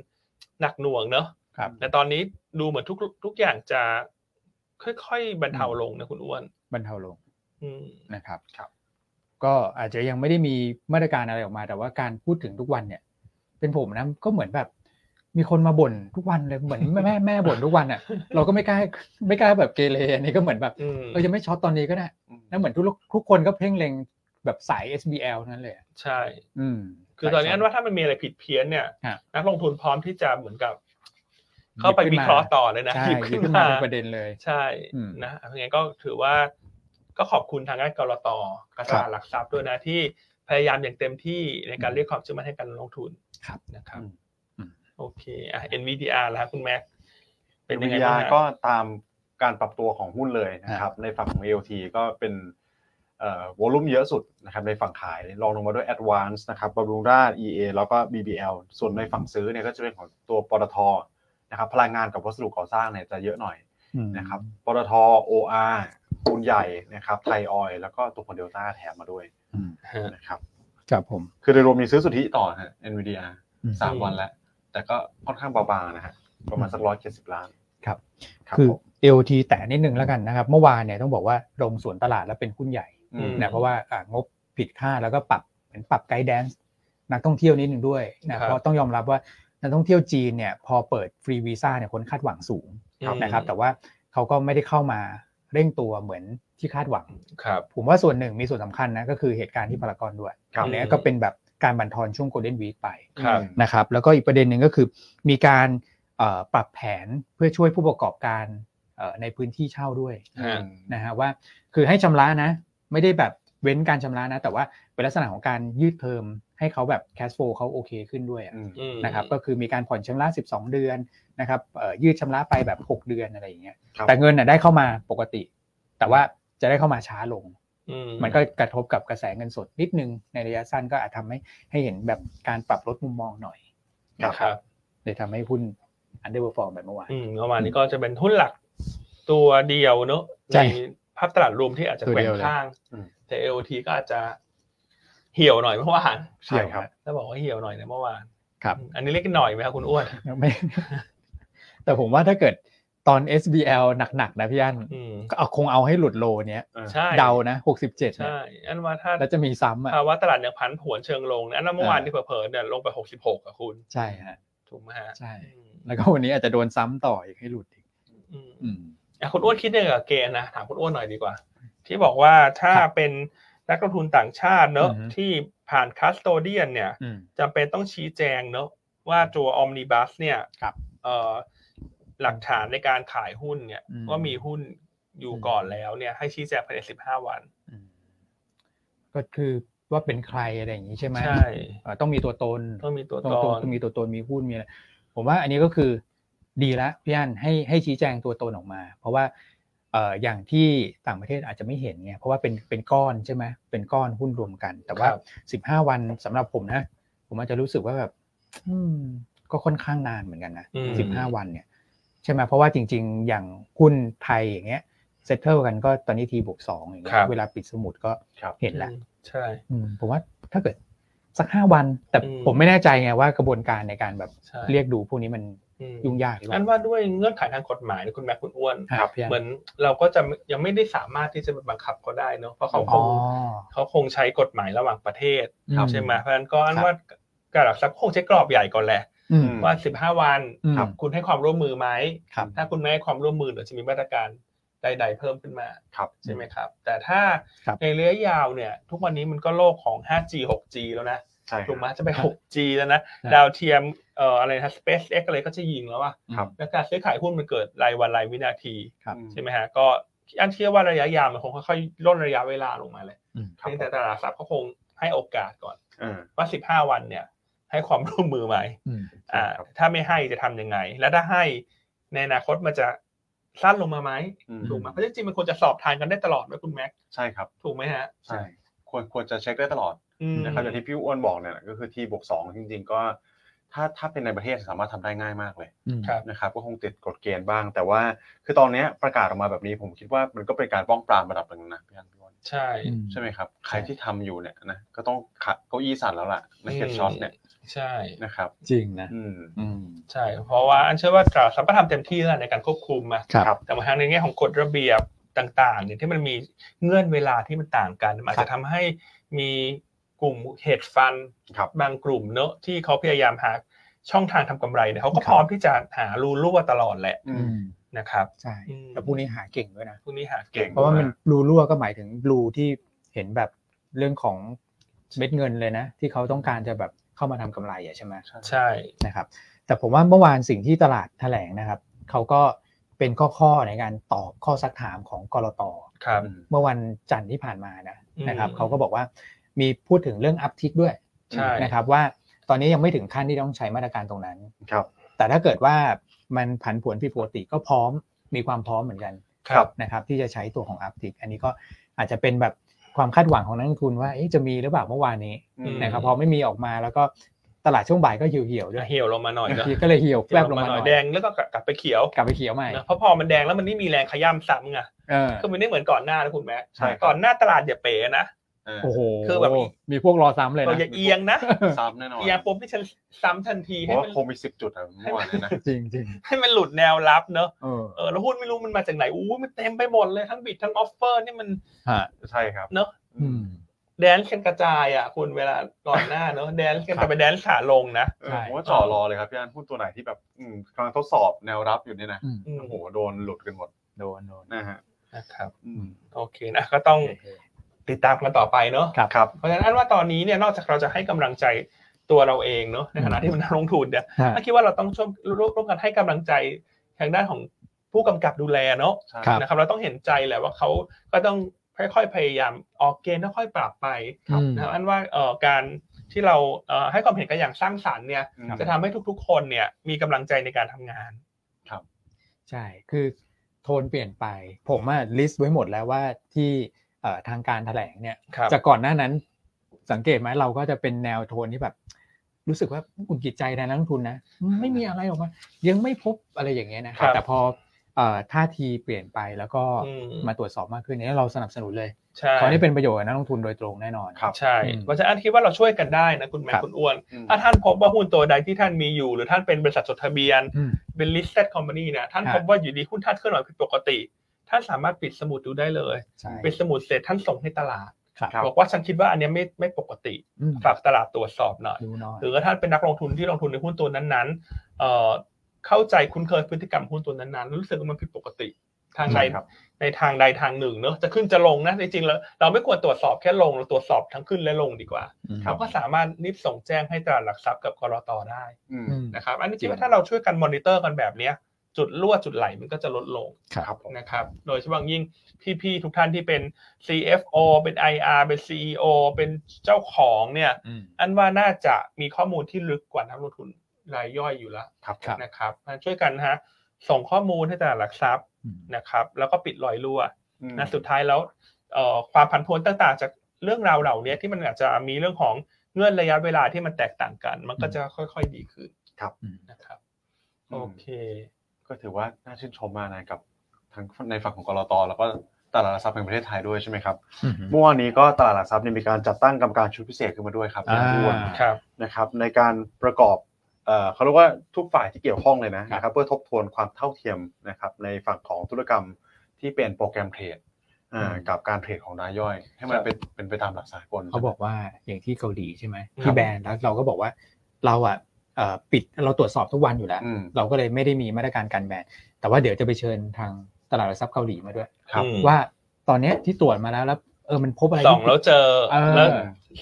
หนักหน่วงเนอะ
ครับ
แต่ตอนนี้ดูเหมือนทุกทุกอย่างจะค่อยๆ บรรเทาลงนะคุณอ้วน
บรรเทาลง
อืม
นะครับ
ครับ
ก็อาจจะยังไม่ได้มีมาตรการอะไรออกมา แต่ว่าการพูดถึงทุกวันเนี่ย เป็นผมนะก็เหมือนแบบ มีคนมาบ่นทุกวันเลยเหมือน <laughs> แม่แม่แม่บ่นทุกวันอ่ะ เราก็ไม่กล้าไม่กล้าแบบเกเรอันนี้ก็เหมือนแบบ
อืม
เราจะไม่ช็อตตอนนี้ก็ได้
อืม
แล้วเหมือนทุกทุกคนก็เพ่งเล็งแบบสาย SBL นั้นเลยอะ
ใช่
อืม
คือตอนนี้อันว่าถ้ามันมีอะไรผิดเพี้ยนเนี่ย
ฮะ
นักลงทุนพร้อมที่จะเหมือนกับ เข้าไป
หยิบ
วิ
น
เคราะห์ต่อเลยนะ
ใช่
ห
ห
ยิ
ยิ
บบ ขึ้น
ขึ้น
มา
มาเป็นประเด็นเลย
ใช่
อืม
นะเพราะงั้นก็ถือว่าก็ขอบคุณทางด้านกรตกระทรวงหลักทรัพย์ด้วยนะที่พยายามอย่างเต็มที่ในการเรียกความเชื่อมั่นให้การลงทุน
ครับ
นะครับ
อืม
อืม
โอเคอ่ะ NVDR แล้วคุณแม็กเป็นยังไง
วิ
บ้าย
ทาง
ฮะ
ก็ตามการปรับตัวของหุ้นเลยนะครับในฝั่งของ AOT ก็เป็นเอ่อวอลุ่มเยอะสุดนะครับในฝั่งขายรองลงมาด้วย Advance นะครับบำรุงราช EA แล้วก็ BBL ส่วนในฝั่งซื้อเนี่ยก็จะเป็นของตัวปตทนะครับพลังงานกับวัสดุก่อสร้างเนี่ยจะเยอะหน่อย
อืม
นะครับปตท OR ปูนใหญ่นะครับ ไทยออยแล้วก็ตัวของเดลต้าแถมมาด้วย
อืม
นะครับ
ครับผม
คือโดยรวมมีซื้อสุทธิต่อฮะ NVDA
อืม
สามวันแล้ว แต่ก็ค่อนข้างเบาๆนะฮะ ประมาณสักร้อยเจ็ดสิบล้าน
ครับ
ครับ
คือ
ผม
AOT แตะนิดนึงแล้วกันนะครับ เมื่อวานเนี่ยต้องบอกว่าลงสวนตลาดแล้วเป็นหุ้นใหญ่
อืม
แ
นะเพราะว่าอ่างบผิดค่าดแล้วก็ปรับเหมือนปรับไกด์แดนซ์นักท่องเที่ยวนิดหนึ่งด้วย
ครั
นะ
บ
เพราะต้องยอมรับว่านักท่องเที่ยวจีนเนี่ยพอเปิดฟรีวีซ่าเนี่ยคนคาดหวังสูง
ครับ
นะครับ แต่ว่าเขาก็ไม่ได้เข้ามาเร่งตัวเหมือนที่คาดหวัง
ครับ
ผมว่าส่วนหนึ่งมีส่วนสำคัญนะก็คือเหตุการณ์ที่พารากอนด้วย
ครับ
อัน
แล้
เนี้ยว ก็เป็นแบบการบั่นทอนช่วงโกลเด้นวีคไป
ครับ
นะครับแล้วก็อีกประเด็นหนึ่งก็คือมีการเอ่อปรับแผนเพื่อช่วยผู้ประกอบการเอ่อในพื้นที่เช่าด้วย
ฮะ
นะฮะว่าคือให้ชำระนะ ไม่ได้แบบเว้นการชำระนะ แต่ว่าเป็นลักษณะของการยืดเทอมให้เขาแบบแคชโฟเขาโอเคขึ้นด้วยอะ
อืม
อืม
นะครับก็คือมีการผ่อนชำระ 12 เดือนนะครับเอ่อยืดชำระไปแบบ 6 เดือนอะไรอย่างเงี้ย
ครับ
แต่เงินน่ะได้เข้ามาปกติ แต่ว่าจะได้เข้ามาช้าลง มันก็กระทบกับกระแสเงินสดนิดนึงในระยะสั้นก็อาจทำให้ให้เห็นแบบการปรับลดมุมมองหน่อย
ครับ
ครับ
เลยทำให้หุ้นอันเดอร์เ r อร์ฟอร์มแบบเมื่อวาน
อืมเมื่อวานนี้ก็จะเป็นหุ้นหลักตัวเดียวเนอะ
ใช่
ในภาพตลาดรวมที่อาจจะ
ตั
แก
ว
ว่ง
เดียวเลย
ข้าง
อืม
แต่ AOT ก็อาจจะเหี่ยวหน่อยเมื่อวาน
ใช่ครับ
ถ้าบอกว่าเหี่ยวหน่อยนะเมื่อวาน
ครับ
อันนี้เล็กหน่อยไหมครับคุณอ้วน
ไม่ <laughs> แต่ผมว่าถ้าเกิดตอน SBL หนักๆนะพี่อัน
อืม
ก็เอาคงเอาให้หลุดโลเนี้ย
ใช่
เดานะ 67เนี่ย
ใช่ อันว่าถ้า
แล้วจะมีซ้ำอ่ะ
ภาวะตลาดเนี่ยผันผวนเชิงลงนะอันว่าเมื่อวาน
อ่า
ที่เผลอๆเนี่ยลงไปหกสิบหกอะคุณ
ใช่ฮะ
ถูกไหมฮะ
ใช่
อืม
แล้วก็วันนี้อาจจะโดนซ้ำต่ออีกให้หลุดอีก
อืม
อืม
อ่ะคุณอ้วนคิดยังไงกับเกณฑ์นะถามคุณอ้วนหน่อยดีกว่า ที่บอกว่าถ้า
ครับ
เป็นนักลงทุนต่างชาติเนอะ
อือฮึ
ที่ผ่านคัสโตเดียนเนี่ย
อืม
จำเป็นต้องชี้แจงเนอะว่าตัวอ m มนิบัสเนี่ย
ครับ
เอ่อหลักฐานในการขายหุ้นเนี่ย
อืม
ว่ามีหุ้นอยู่ก่อนแล้วเนี่ยให้ชี้แจงภายในสิบห้าวัน
อืมก็คือว่าเป็นใครอะไรอย่างนี้ใช่ไหม
ใช่
เอ่อต้องมีตัวตน
ต้องมีตัว
ตร
ต
งตรง
น
มีตัวตนมีหุ้นมีอะไรผมว่าอันนี้ก็คือดีละพี่อันให้ให้ชี้แจงตัวตนออกมา เพราะว่าเอ่ออย่างที่ต่างประเทศอาจจะไม่เห็นไงเพราะว่าเป็นเป็นก้อนใช่ไหมเป็นก้อนหุ้นรวมกัน แต่ว่า
ครับ
สิบห้าวันสำหรับผมนะ ผมอาจจะรู้สึกว่าแบบ อืม ก็ค่อนข้างนานเหมือนกันนะ
อืม
สิบห้าวันเนี่ย ใช่ไหมเพราะว่าจริง ๆ อย่างหุ้นไทยอย่างเงี้ยเซ็ตเทิลกันก็ตอนนี้ทีบวกสองอย่างเงี้
ครั
ย
บ
เวลาปิดสมุดก็
ครับ
เห็นแล้ว
ใช่
อืมผมว่าถ้าเกิดสักห้าวัน แต่
อืม
ผมไม่แน่ใจไงว่ากระบวนการในการแบบ
ใช่
เรียกดูพวกนี้มัน
อืม
ยุ่งยากหรือเป
อั
ล่าน
ว่าด้วยเงื่อนไขทางกฎหมายเนี่ยคุณแม็กคุณอ้วน
ครับพี่
เหมือนเราก็จะยังไม่ได้สามารถที่จะไปบังคับเขาได้เนอะเพราะเขาค
อ๋อ
ง เขาคงใช้กฎหมายระหว่างประเทศ
ครับ
ใช่ไหมเพราะฉะนั้นก็อัน
ครับ
ว่าการหลักทรัพย์คงใช้กรอบใหญ่ก่อนแหละ
อืม
ว่า 15 วัน
อืม
ครับคุณให้ความร่วมมือไหม
ครับ
ถ้าคุณไม่ให้ความร่วมมือเดี๋ยวจะมีมาตรการใด ๆ เพิ่มขึ้นมา
ครับ
ใช่ไหมครับ แต่ถ้า
ครับ
ในระยะยาวเนี่ย ทุกวันนี้มันก็โลกของ 5G 6G แล้วนะ
ใช่ค
ถู
รั
ก
บ
ไหมจะไป 6G แล้วนะดาวเทียมเอ่ออะไรนะ SpaceX อะไรก็จะยิงแล้วว่า
ครับ
และการซื้อขายหุ้นมันเกิดรายวันรายวินาที
ครับ
ใช่ไหมฮะก็อันเชื่อว่าระยะยาวมันคงค่อยๆล่นระยะเวลาลงมาเลย
อืม
เพียงแต่ตลาดหลักทรัพย์ก็คงให้โอกาสก่อน
เออ
ว่า 15 วันเนี่ย ให้ความร่วมมือไหม
อืม
อ่า
ครับ
ถ้าไม่ให้จะทำยังไง และถ้าให้ในอนาคตมันจะสั้นลงมาไหม
อืม
ถูกไหมเพราะจริงๆมันควรจะสอบทานกันได้ตลอดไหมคุณแม็ก
ใช่ครับ
ถูกไหมฮะ
ใช่ควรควรจะเช็คได้ตลอด
อืม
นะครับอย่างที่พี่อ้วนบอกเนี่ยก็คือทีบวกสองจริง ๆ ก็ ถ้าถ้าเป็นในประเทศสามารถทำได้ง่ายมากเลย
ครับ
นะครับ ก็คงติดกฎเกณฑ์บ้าง แต่ว่าคือตอนเนี้ยประกาศออกมาแบบนี้ผมคิดว่ามันก็เป็นการป้องปรามระดับหนึ่งนะพี่อันพี่อ้วน
ใช่
ใช่ไหมครับ ใครที่ทำอยู่เนี่ยนะก็ต้องขัดเก้าอี้สั่นแล้วล่ะในเคสช็อตเนี่ย
ใช่
นะครับ
จริงนะ
อืม
อืม
ใช่ เพราะว่าอันเชื่อว่าตราสัมปทานเต็มที่แล้วในการควบคุมมา
ครับ
ครับ
แต่บางครั้งในแง่ของกฎระเบียบต่างๆเนี่ยที่มันมีเงื่อนเวลาที่มันต่างกันมันอาจ
ครับ
จะทำให้มีกลุ่มเหตุฟัน
ครับ
บางกลุ่มเนอะที่เขาพยายามหาช่องทางทำกำไรเนี่ยเขาก็พร้อมที่จะหารูรั่วตลอดแหละ
อื
อื
ม
ม
นะครับ
ใช่
อืม
แต่พวกนี้หาเก่งด้วยนะ
พวกนี้หาเก่ง
เพราะว่ามัน
ด้ย
รูรั่วก็หมายถึงรูที่เห็นแบบเรื่องของเม็ดเงินเลยนะ ที่เขาต้องการจะแบบเข้ามาทำกำไรอะใช่ไหม
ใช่
นะครับแต่ผมว่าเมื่อวานสิ่งที่ตลาดแถลงนะครับเขาก็เป็นข้อๆในการตอบข้อซักถามของกรต
ครับ
เมื่อวันจันทร์ที่ผ่านมานะ
อืม
นะครับเขาก็บอกว่ามีพูดถึงเรื่องอัพทิกด้วย
ใช่
นะครับว่าตอนนี้ยังไม่ถึงขั้นที่ต้องใช้มาตรการตรงนั้น
ครับ
แต่ถ้าเกิดว่ามันผันผวนผิดปกติก็พร้อมมีความพร้อมเหมือนกัน
ครับ
นะครับที่จะใช้ตัวของอัพทิกอันนี้ก็อาจจะเป็นแบบความคาดหวังของนักลงทุนว่าเอ๊ะจะมีหรือเปล่าเมื่อวานนี้
อืม
นะครับพอไม่มีออกมาแล้วก็ตลาดช่วงบ่ายก็เหี่ยวๆด้วย
เหี่ยวลงมาหน่อยเนอะ
ก็เลยเหี่ยวแกลบลงมาหน่อย
แดงแล้วก็กลับไปเขียว
กลับไปเขียวใหม่
นะเพราะพอมันแดงแล้วมันไม่มีแรงขย้ำซ้ำไง
เออ
ก็มันไม่เหมือนก่อนหน้านะคุณแม่
ใช่ครับ
ก่อนหน้าตลาดอย่าเป๋นะ
เออ
โอ้โห
คือแบบ
มีพวกรอซ้ำเลย
เรา
นะ
อย่าเอียงนะ
ซ้ำแน่นอน
เอียงปุ๊บที่ฉันซ้ำทันที
เพ
ให้
ราะ
มั
ว่าน คงมีสิบจุดอะเมื่อวานเนี่ยนะ
จริงจริง
ให้มันหลุดแนวรับเนอะ
เออ
เออแล้วหุ้นไม่รู้มันมาจากไหนอู้มันเต็มไปหมดเลยทั้งบิดทั้งออฟเฟอร์นี่มัน
ฮะ
ใช่ครับ
เนอะ
อืม
แดนซ์กันกระจายอ่ะคุณเวลาก่อนหน้าเนอะ <laughs> แดนซ์กันแต่เป็นแดนซ์ขาลงนะ
เออผมว่าจ่อรอเลยครับพี่อันพูดตัวไหนที่แบบอืมกำลังทดสอบแนวรับอยู่เนี่ยนะ
อืม
อืม
โอ้โหโดนหลุดกันหมด
โดนโดน
นะฮะ
นะครับ
อืม
โอเคนะก็ต้อง
โอเค
ติดตามกันต่อไปเนอะ
ครับ
ครับ
เพราะฉะนั้นอันว่าตอนนี้เนี่ยนอกจากเราจะให้กำลังใจตัวเราเองเนอะในฐานะที่เป็นนักลงทุนเนี่ย
ใช่
ถ้าคิดว่าเราต้องช่วยร่วมร่วมกันให้กำลังใจทางด้านของผู้กำกับดูแลเนอะ
ใช่
ครับ
นะครับ เราต้องเห็นใจแหละว่าเขาก็ต้องค่อยๆพยายามออกเกณฑ์ค่อยๆปรับไป
อืม
นะครับอันว่าเอ่อการที่เราเอ่อให้ความเห็นกันอย่างสร้างสรรค์เนี่ย
อืม
จะทำให้ทุกๆ คนเนี่ยมีกำลังใจในการทำงาน
ใช่ คือโทนเปลี่ยนไป ผมอะลิสต์ไว้หมดแล้วว่าที่เอ่อทางการแถลงเนี่ย
ครับ
จากก่อนหน้านั้นสังเกตไหมเราก็จะเป็นแนวโทนที่แบบ รู้สึกว่าอุ่นกิจใจในนักลงทุนนะไม่มีอะไรออกมา ยังไม่พบอะไรอย่างเงี้ยนะครับ แต่พอเอ่อท่าทีเปลี่ยนไปแล้วก็
อืม
มาตรวจสอบมากขึ้นเนี่ยเราสนับสนุนเลย
ใช่
ตอนนี้เป็นประโยชน์กับนักลงทุนโดยตรงแน่นอน
ครับ
ใช่
อืม
เพราะฉะนั้นอันคิดว่าเราช่วยกันได้นะคุณแม่
ครับ
คุณอ้วน
อืม
ถ้าท่านพบว่าหุ้นตัวใดที่ท่านมีอยู่ หรือท่านเป็นบริษัทจดทะเบียน
อืม
เป็น listed company เนี่ยท่าน
ฮะ
พบว่าอยู่ดีหุ้นท่านเคลื่อนไหวผิดปกติ ท่านสามารถปิดสมุดดูได้เลย
ใช่
ปิดสมุดเสร็จท่านส่งให้ตลาด
ครับ
บอกว่าฉันคิดว่าอันเนี้ยไม่ไม่ปกติ
อืม
ฝากตลาดตรวจสอบหน่อย
ดูหน่อย
หรือว่าท่านเป็นนักลงทุนที่ลงทุนในหุ้นตัวนั้นๆเอ่อเข้าใจคุ้นเคยพฤติกรรมหุ้นตัวนั้นๆ รู้สึกว่ามันผิดปกติ ทางใด
ใช่ครับ
ในทางใดทางหนึ่งเนอะจะขึ้นจะลงนะจริงๆแล้วเราไม่ควรตรวจสอบแค่ลงเราตรวจสอบทั้งขึ้นและลงดีกว่า
อืม
เราก็สามารถรีบส่งแจ้งให้ตลาดหลักทรัพย์กับกรตได้
อืม
อืม
นะครับอันนี้คิดว่า
จริง
ถ้าเราช่วยกันมอนิเตอร์กันแบบเนี้ยจุดรั่วจุดไหลมันก็จะลดลง
ครับผม
นะครับโดยเฉพาะยิ่งพี่ๆทุกท่านที่เป็น CFO เป็น IR เป็น CEO เป็นเจ้าของเนี่ย
อืม
อันว่าน่าจะมีข้อมูลที่ลึกกว่านักลงทุนรายย่อยอยู่แล้ว
ครับ
ครับ
นะครับงั้นช่วยกันนะฮะส่งข้อมูลให้ตลาดหลักทรัพย์
อืม
นะครับแล้วก็ปิดรอยรั่ว
อืม
นะสุดท้ายแล้วเอ่อความผันผวนต่างๆ จากเรื่องราวเหล่านี้ที่มันอาจจะมีเรื่องของเงื่อนระยะเวลาที่มันแตกต่างกัน มันก็จะค่อย ๆดีขึ้น
อืม
นะครับ
อื
โอ
ม
เค
ก็ถือว่าน่าชื่นชมมากนะกับทั้งในฝั่งของกรตแล้วก็ตลาดหลักทรัพย์แห่งประเทศไทยด้วยใช่ไหมครับเมื่อวานนี้ก็ตลาดหลักทรัพย์เนี่ยมีการจัดตั้งกรรมการชุดพิเศษขึ้นมาด้วยครับ
อ่า
พี่อ้วน
ครับ
นะครับในการประกอบเอ่อเขาเรียกว่าทุกฝ่ายที่เกี่ยวข้องเลยนะครับ นะครับเพื่อทบทวนความเท่าเทียมนะครับในฝั่งของธุรกรรมที่เป็นโปรแกรมเทรดอ่ากับการเทรดของรายย่อย ให้
ค
มั
น รับ
เป็นเป็นไปตามหลักสากล
เขาบอกว่าอย่างที่เกาหลีใช่ไหม
ครั
ที่
บ
แบรนด์แล้วเราก็บอกว่าเราอ่ะเอ่อปิดเราตรวจสอบทุกวันอยู่แล้ว
อืม
เราก็เลยไม่ได้มีมาตรการการแบนแต่ว่าเดี๋ยวจะไปเชิญทางตลาดหลักทรัพย์เกาหลีมาด้วย
ครับ
ว่าตอนเนี้ยที่ตรวจมาแล้วแล้วเออมันพบอะไร
สอง
ที่
แล้วเจอ
เออ
แล้ว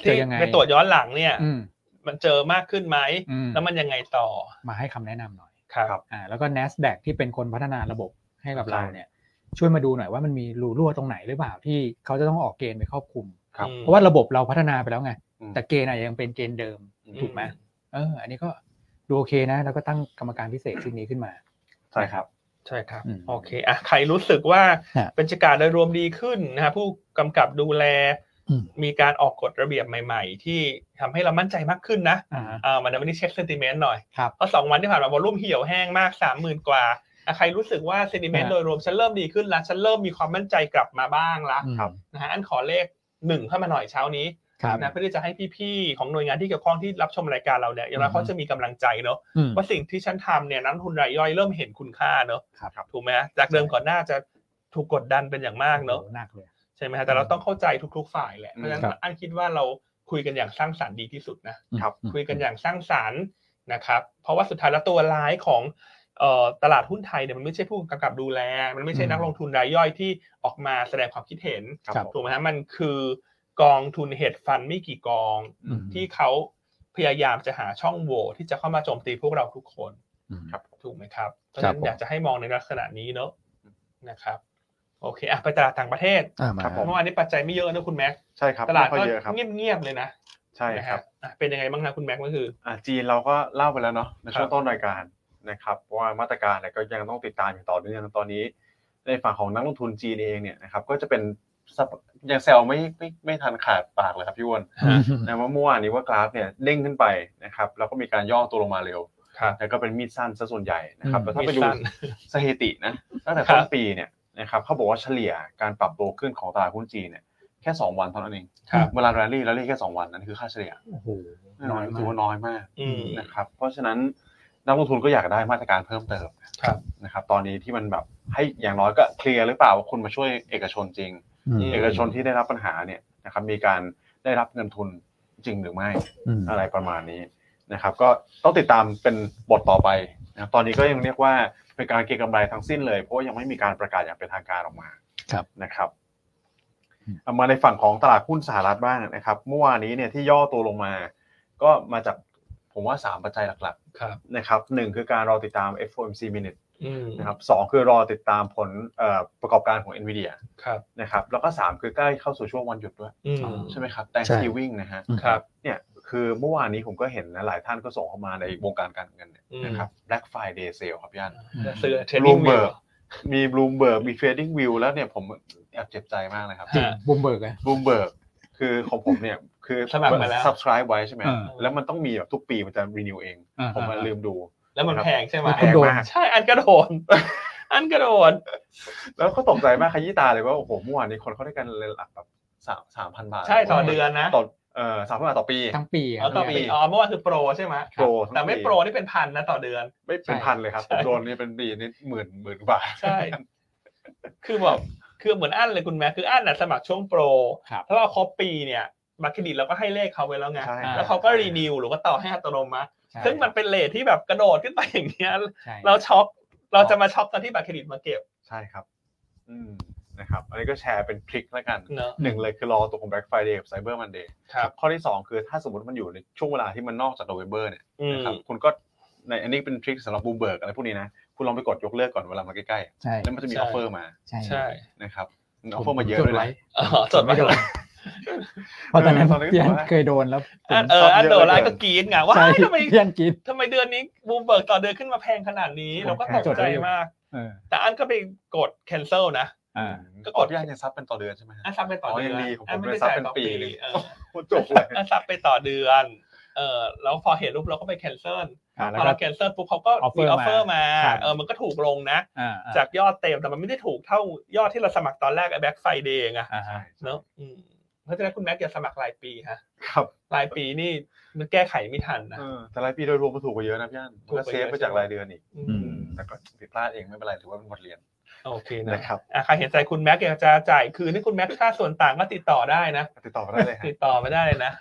เจ
ที่
อยังไง
ไปตรวจย้อนหลังเนี่ย
อืม
มันเจอมากขึ้นไหม
อืม
แล้วมันยังไงต่อ
มาให้คำแนะนำหน่อย
ครับ
ครับ
อ่าแล้วก็ N a s d a q ที่เป็นคนพัฒนาระบบให้กับ
ใช่
เราเนี่ย ช่วยมาดูหน่อยว่ามันมีรูรั่วตรงไหนหรือเปล่าที่เขาจะต้องออกเกณฑ์ไปครอบคลุม
ครับ
อืม
เพราะว่าระบบเราพัฒนาไปแล้วไง
อืม
แต่เกณฑ์อะยังเป็นเกณฑ์เดิม
อื
ถูกไหม เออ อันนี้ก็ดูโอเคนะ แล้วก็ตั้งกรรมการพิเศษชุดนี้ขึ้นมา
ใช่ครับ
ใช่ครับ
อืม
โอเคอ่ะใครรู้สึกว่า
ฮะ
บรรยากาศโดยรวมดีขึ้นนะฮะผู้กำกับดูแล
อืม
มีการออกกฎระเบียบใหม่ ๆ ที่ทำให้เรามั่นใจมากขึ้นนะ
อ่า
อ่ามันวันนี้เช็คเซนติเมนต์หน่อย
ครับ
เพราะสองวันที่ผ่านมาวอลุ่มเหี่ยวแห้งมากสามหมื่นกว่าอ่ะใครรู้สึกว่าเซนติเมนต์
ฮะ
โดยรวมฉันเริ่มดีขึ้นละฉันเริ่มมีความมั่นใจกลับมาบ้างละ
ครับ
นะฮะอันขอเลขหนึ่งเข้ามาหน่อยเช้านี้
ครับ
นะเพื่อที่จะให้พี่ๆ ของหน่วยงานที่เกี่ยวข้องที่รับชมรายการเราเนี่ยอย่างน้อย
อืม
เขาจะมีกำลังใจเนอะ
อืม
ว่าสิ่งที่ฉันทำเนี่ยนักลงทุนรายย่อยเริ่มเห็นคุณค่าเนอะ
ครับ
ถูกไหมฮะจากเดิมก่อนหน้าจะถูกกดดันเป็นอย่างมากเนอะ
โอ้โหหนักเลย
ใช่ไหมฮะแต่เราต้องเข้าใจทุกๆฝ่ายแหละเพราะฉะนั้น
ครับ
อันคิดว่าเราคุยกันอย่างสร้างสรรค์ดีที่สุดนะครับ คุยกันอย่างสร้างสรรค์นะครับเพราะว่าสุดท้ายแล้วตัวร้ายของเอ่อตลาดหุ้นไทยเนี่ยมันไม่ใช่ผู้กำกับดูแล มันไม่ใช่นักลงทุนรายย่อยที่ออกมาแสดงความคิดเห็น
ครับ
ครับ
ถูกไหมฮะมันคือกองทุนเฮดฟันไม่กี่กอง
อืม
ที่เขาพยายามจะหาช่องโหว่ที่จะเข้ามาโจมตีพวกเราทุกคน
อืม
ครับ
ถูกไหมครับเพราะ
ค
ฉะ
รับ
นั้น
ผม
อยากจะให้มองในลักษณะนี้เนอะนะครับ โอเคอ่ะไปตลาดต่างประเทศ
อ่ามา
ครับผม
เมื่อวานนี้ปัจจัยไม่เยอะนะคุณแม็ก
ใช่ครับ
ตลาด
ไม่ค่อ
ก็
ยเยอะครับ
เงียบๆเลยนะ
ใช่
นะ
ค
ครั
รั
บบ อ่ะเป็นยังไงบ้างนะคุณแม็กก็คือ
อ่ะจีนเราก็เล่าไปแล้วเนาะในช่
ครั
วง
บ
ต้นรายการนะครับว่ามาตรการเนี่ยก็ยังต้องติดตามอย่างต่อเนื่องตอนนี้ ในฝั่งของนักลงทุนจีนเองเนี่ยนะครับก็จะเป็นสัปยังแซวไม่ไม่ไม่ทันขาดปากเลยครับพี่อ้วน
อืม
<coughs> นะว่าเมื่อวานนี้ว่ากราฟเนี่ยเด้งขึ้นไปนะครับแล้วก็มีการย่อตัวลงมาเร็ว
ครับ
แล้วก็เป็นมีดสั้นซะส่วนใหญ่นะครับ
อืม
แล้วถ้าไปดู
มีดสั้น
สถิตินะตั้งแต่
ครั
ต้
บ
นปีเนี่ยนะครับเขาบอกว่าเฉลี่ยการปรับตัวขึ้นของตลาดหุ้นจีนเนี่ยแค่สองวันเท่านั้นเอง
ครับ
เวลาแรลลี่แรลลี่แค่สองวันนั่นคือค่าเฉลี่ย
โอ้โห
น้
น้
อ
อยย
ถือ
มาก
ว่าน้อยมาก
อืม
นะครับเพราะฉะนั้นนักลงทุนก็อยากได้มาตรการเพิ่มเติม
ครับ
นะครับตอนนี้ที่มันแบบให้อย่างน้อยก็เคลียร์หรือเปล่าว่าคุณมาช่วยเอกชนจริง
อืม
เอกชนที่ได้รับปัญหาเนี่ยนะครับมีการ ได้รับเงินทุนจริงหรือไม่
อืม
อะไรประมาณนี้นะครับ ก็ต้องติดตามเป็นบทต่อไปนะครับตอนนี้ก็ยังเรียกว่าเป็นการเก็งกำไรทั้งสิ้นเลย เพราะว่ายังไม่มีการประกาศอย่างเป็นทางการออกมา
ครับ
นะครับ
อืม
เอามาในฝั่งของตลาดหุ้นสหรัฐบ้างนะครับเมื่อวานนี้เนี่ยที่ย่อตัวลงมา ก็มาจากผมว่า 3 ปัจจัยหลัก
ครับ
ๆนะครับหนึ่งคือการรอติดตาม FOMC minute
อืม
นะครับสองคือรอติดตามผลเอ่อประกอบการของ NVIDIA
ครับ
นะครับแล้วก็สามคือใกล้เข้าสู่ช่วงวันหยุดด้วย
อืม
ใช่ไหมครับ Thanksgiving นะฮะ
ครับ
เนี่ยคือเมื่อวานนี้ผมก็เห็นนะหลายท่านก็ส่งเข้ามาในวงการการเงินเนี่ย
อืม
นะครับ Black Friday Sale ครับย่าน
จะซื้อเทรดดิ้ง
Bloomberg มีบลูมเบิร์กมีเทรดดิ้งวิวแล้วเนี่ยผมแอบเจ็บใจมากนะครับ
จริงบูมเบิร์กอะ
บลูมเบิร์กคือของผมเนี่ยคือ
สมัครมาแล้ว
subscribe ไว้ใช่ไหม
อ่า
แล้วมันต้องมีแบบทุกปีมันจะ renew เอง
อ่า
ผมมา
อ่า
ลืมดู
แล้วมันแพงใช่ไหม
มันโดน
มาก
ใช่อันกระโดด <laughs> อันกระโดด
แล้วก็ตกใจมากขยี้ตาเลยว่าโอ้โหเมื่อวานนี้คนเขาได้กันเลยหลักแบบสามสามพันบาท
ใช่ต่อเดือนนะ
ต่อเอ่อสามพันบาทต่อปี
ทั้งปีะ
เอาต่อ
ทั้ง
ปี
ปี
อ๋อเมื่อวานคือโปรใช่ไหม
โปรทั้งปี
แต่ไม่โปรนี่เป็นพันนะต่อเดือน
ไม่เป็นพันเลยครับผมโดนนี่เป็นปีนี่หมื่นหมื่นกว่าบาท
ใช่ คือแบบคือเหมือนอั้นเลยคุณแม่คืออั้นน่ะสมัครช่วงโปร
ครับ
ถ้าเราครบปีเนี่ยบัตรเครดิตเราก็ให้เลขเขาไว้แล้วไง
ใช่
แล้วเขาก็รีนิวหรือว่าต่อให้อัตโนมัติ
ใช่
ซึ่งมันเป็นเลทที่แบบกระโดดขึ้นไปอย่างเงี้ย
ใช่
เราช็อกเราจะมาช็อกตอนที่บัตรเครดิตมาเก็บ
ใช่ครับ อืม นะครับ อันนี้ก็แชร์เป็นทริคแล้วกัน
เนอะ
หนึ่งเลยคือรอตัวของ Black Friday กับ Cyber Monday
ครับ
ข้อที่สองคือถ้าสมมติมันอยู่ในช่วงเวลาที่มันนอกจาก November เนี่ย
อืม
นะครับ คุณก็ในอันนี้เป็นทริคสำหรับบูเบิร์กอะไรพวกนี้นะ คุณลองไปกดยกเลิกก่อนเวลามันใกล้
ใช่
ๆ แล้วมันจะมีออฟเฟอร์มา
ใช่
ใช่
นะครับออฟเฟอร์มาเยอะด้วยนะ
อ๋อจดไม่โดน
เพราะตอนนั้น
เออตอนนั้นก็
พี่อัน
ถือว่า
เคยโดนแล้วผม
อันเอออันโดนไลน์ก็กรีดไงว่า
ใช่
ทำไม
พี่อันกิน
ทำไมเดือนนี้บูมเบิร์กต่อเดือนขึ้นมาแพงขนาดนี้ เราก็ตก
จด
ใจ
ไว้อยู่
มาก
เออ
แต่อันก็ไปกด cancel นะ
อ่า
ก็
ก็
ก
ก
ด
ดย่านยังซับเป็นต่อเดือนใช่ไหมฮะ
อันซับไปต่อเดือ
อ๋อยั
น
งดีของผม
อันไม่
เลย
ได้
ซับ
จ่าย
เป็น
ต่อ
ปี
ปี
เลย
เออ
โคตรจบเลย
อันซับไปต่อเดือน เออแล้วพอเห็นรูปเราก็ไปแคนเซิล
อ่าแล้ว
พอ
ก็
เราแคนเซิลปุ๊บเขาก็
offer
มีออฟเฟอร์
มา
มา
ครับ
เออ มันก็ถูกลงนะ
อ่าอ่
จากยอดเต็ม แต่มันไม่ได้ถูกเท่ายอดที่เราสมัครตอนแรกไอ้แบ็คไฟเดย์ไง
อ่าฮะ
เนอะอืมเพราะฉะนั้นคุณแม็กอย่าสมัครรายปีฮะ
ครับ
รายปีนี่มันแก้ไขไม่ทันนะ
เออแต่รายปีโดยรวมมันถูกกว่าเยอะนะพี่ย่าน
ถู
มัน
กก
ก็
ว่าเยอะ
เซฟไปจากรายเดือนอีก
อื
อื
ม
ม
อืมแต่ก็ผิดพลาดเองไม่เป็นไรถือว่าเป็นบทเรียน
โอเคนะ
นะครับ
อ่ะใครเห็นใจคุณแม็กอยากจะจ่ายคืนให้คุณแม็กค่าส่วนต่างก็ติดต่อได้นะ
ติดต่อมาได้เลยฮะ
ติดต่อไม่ได้
<laughs>
เลยนะ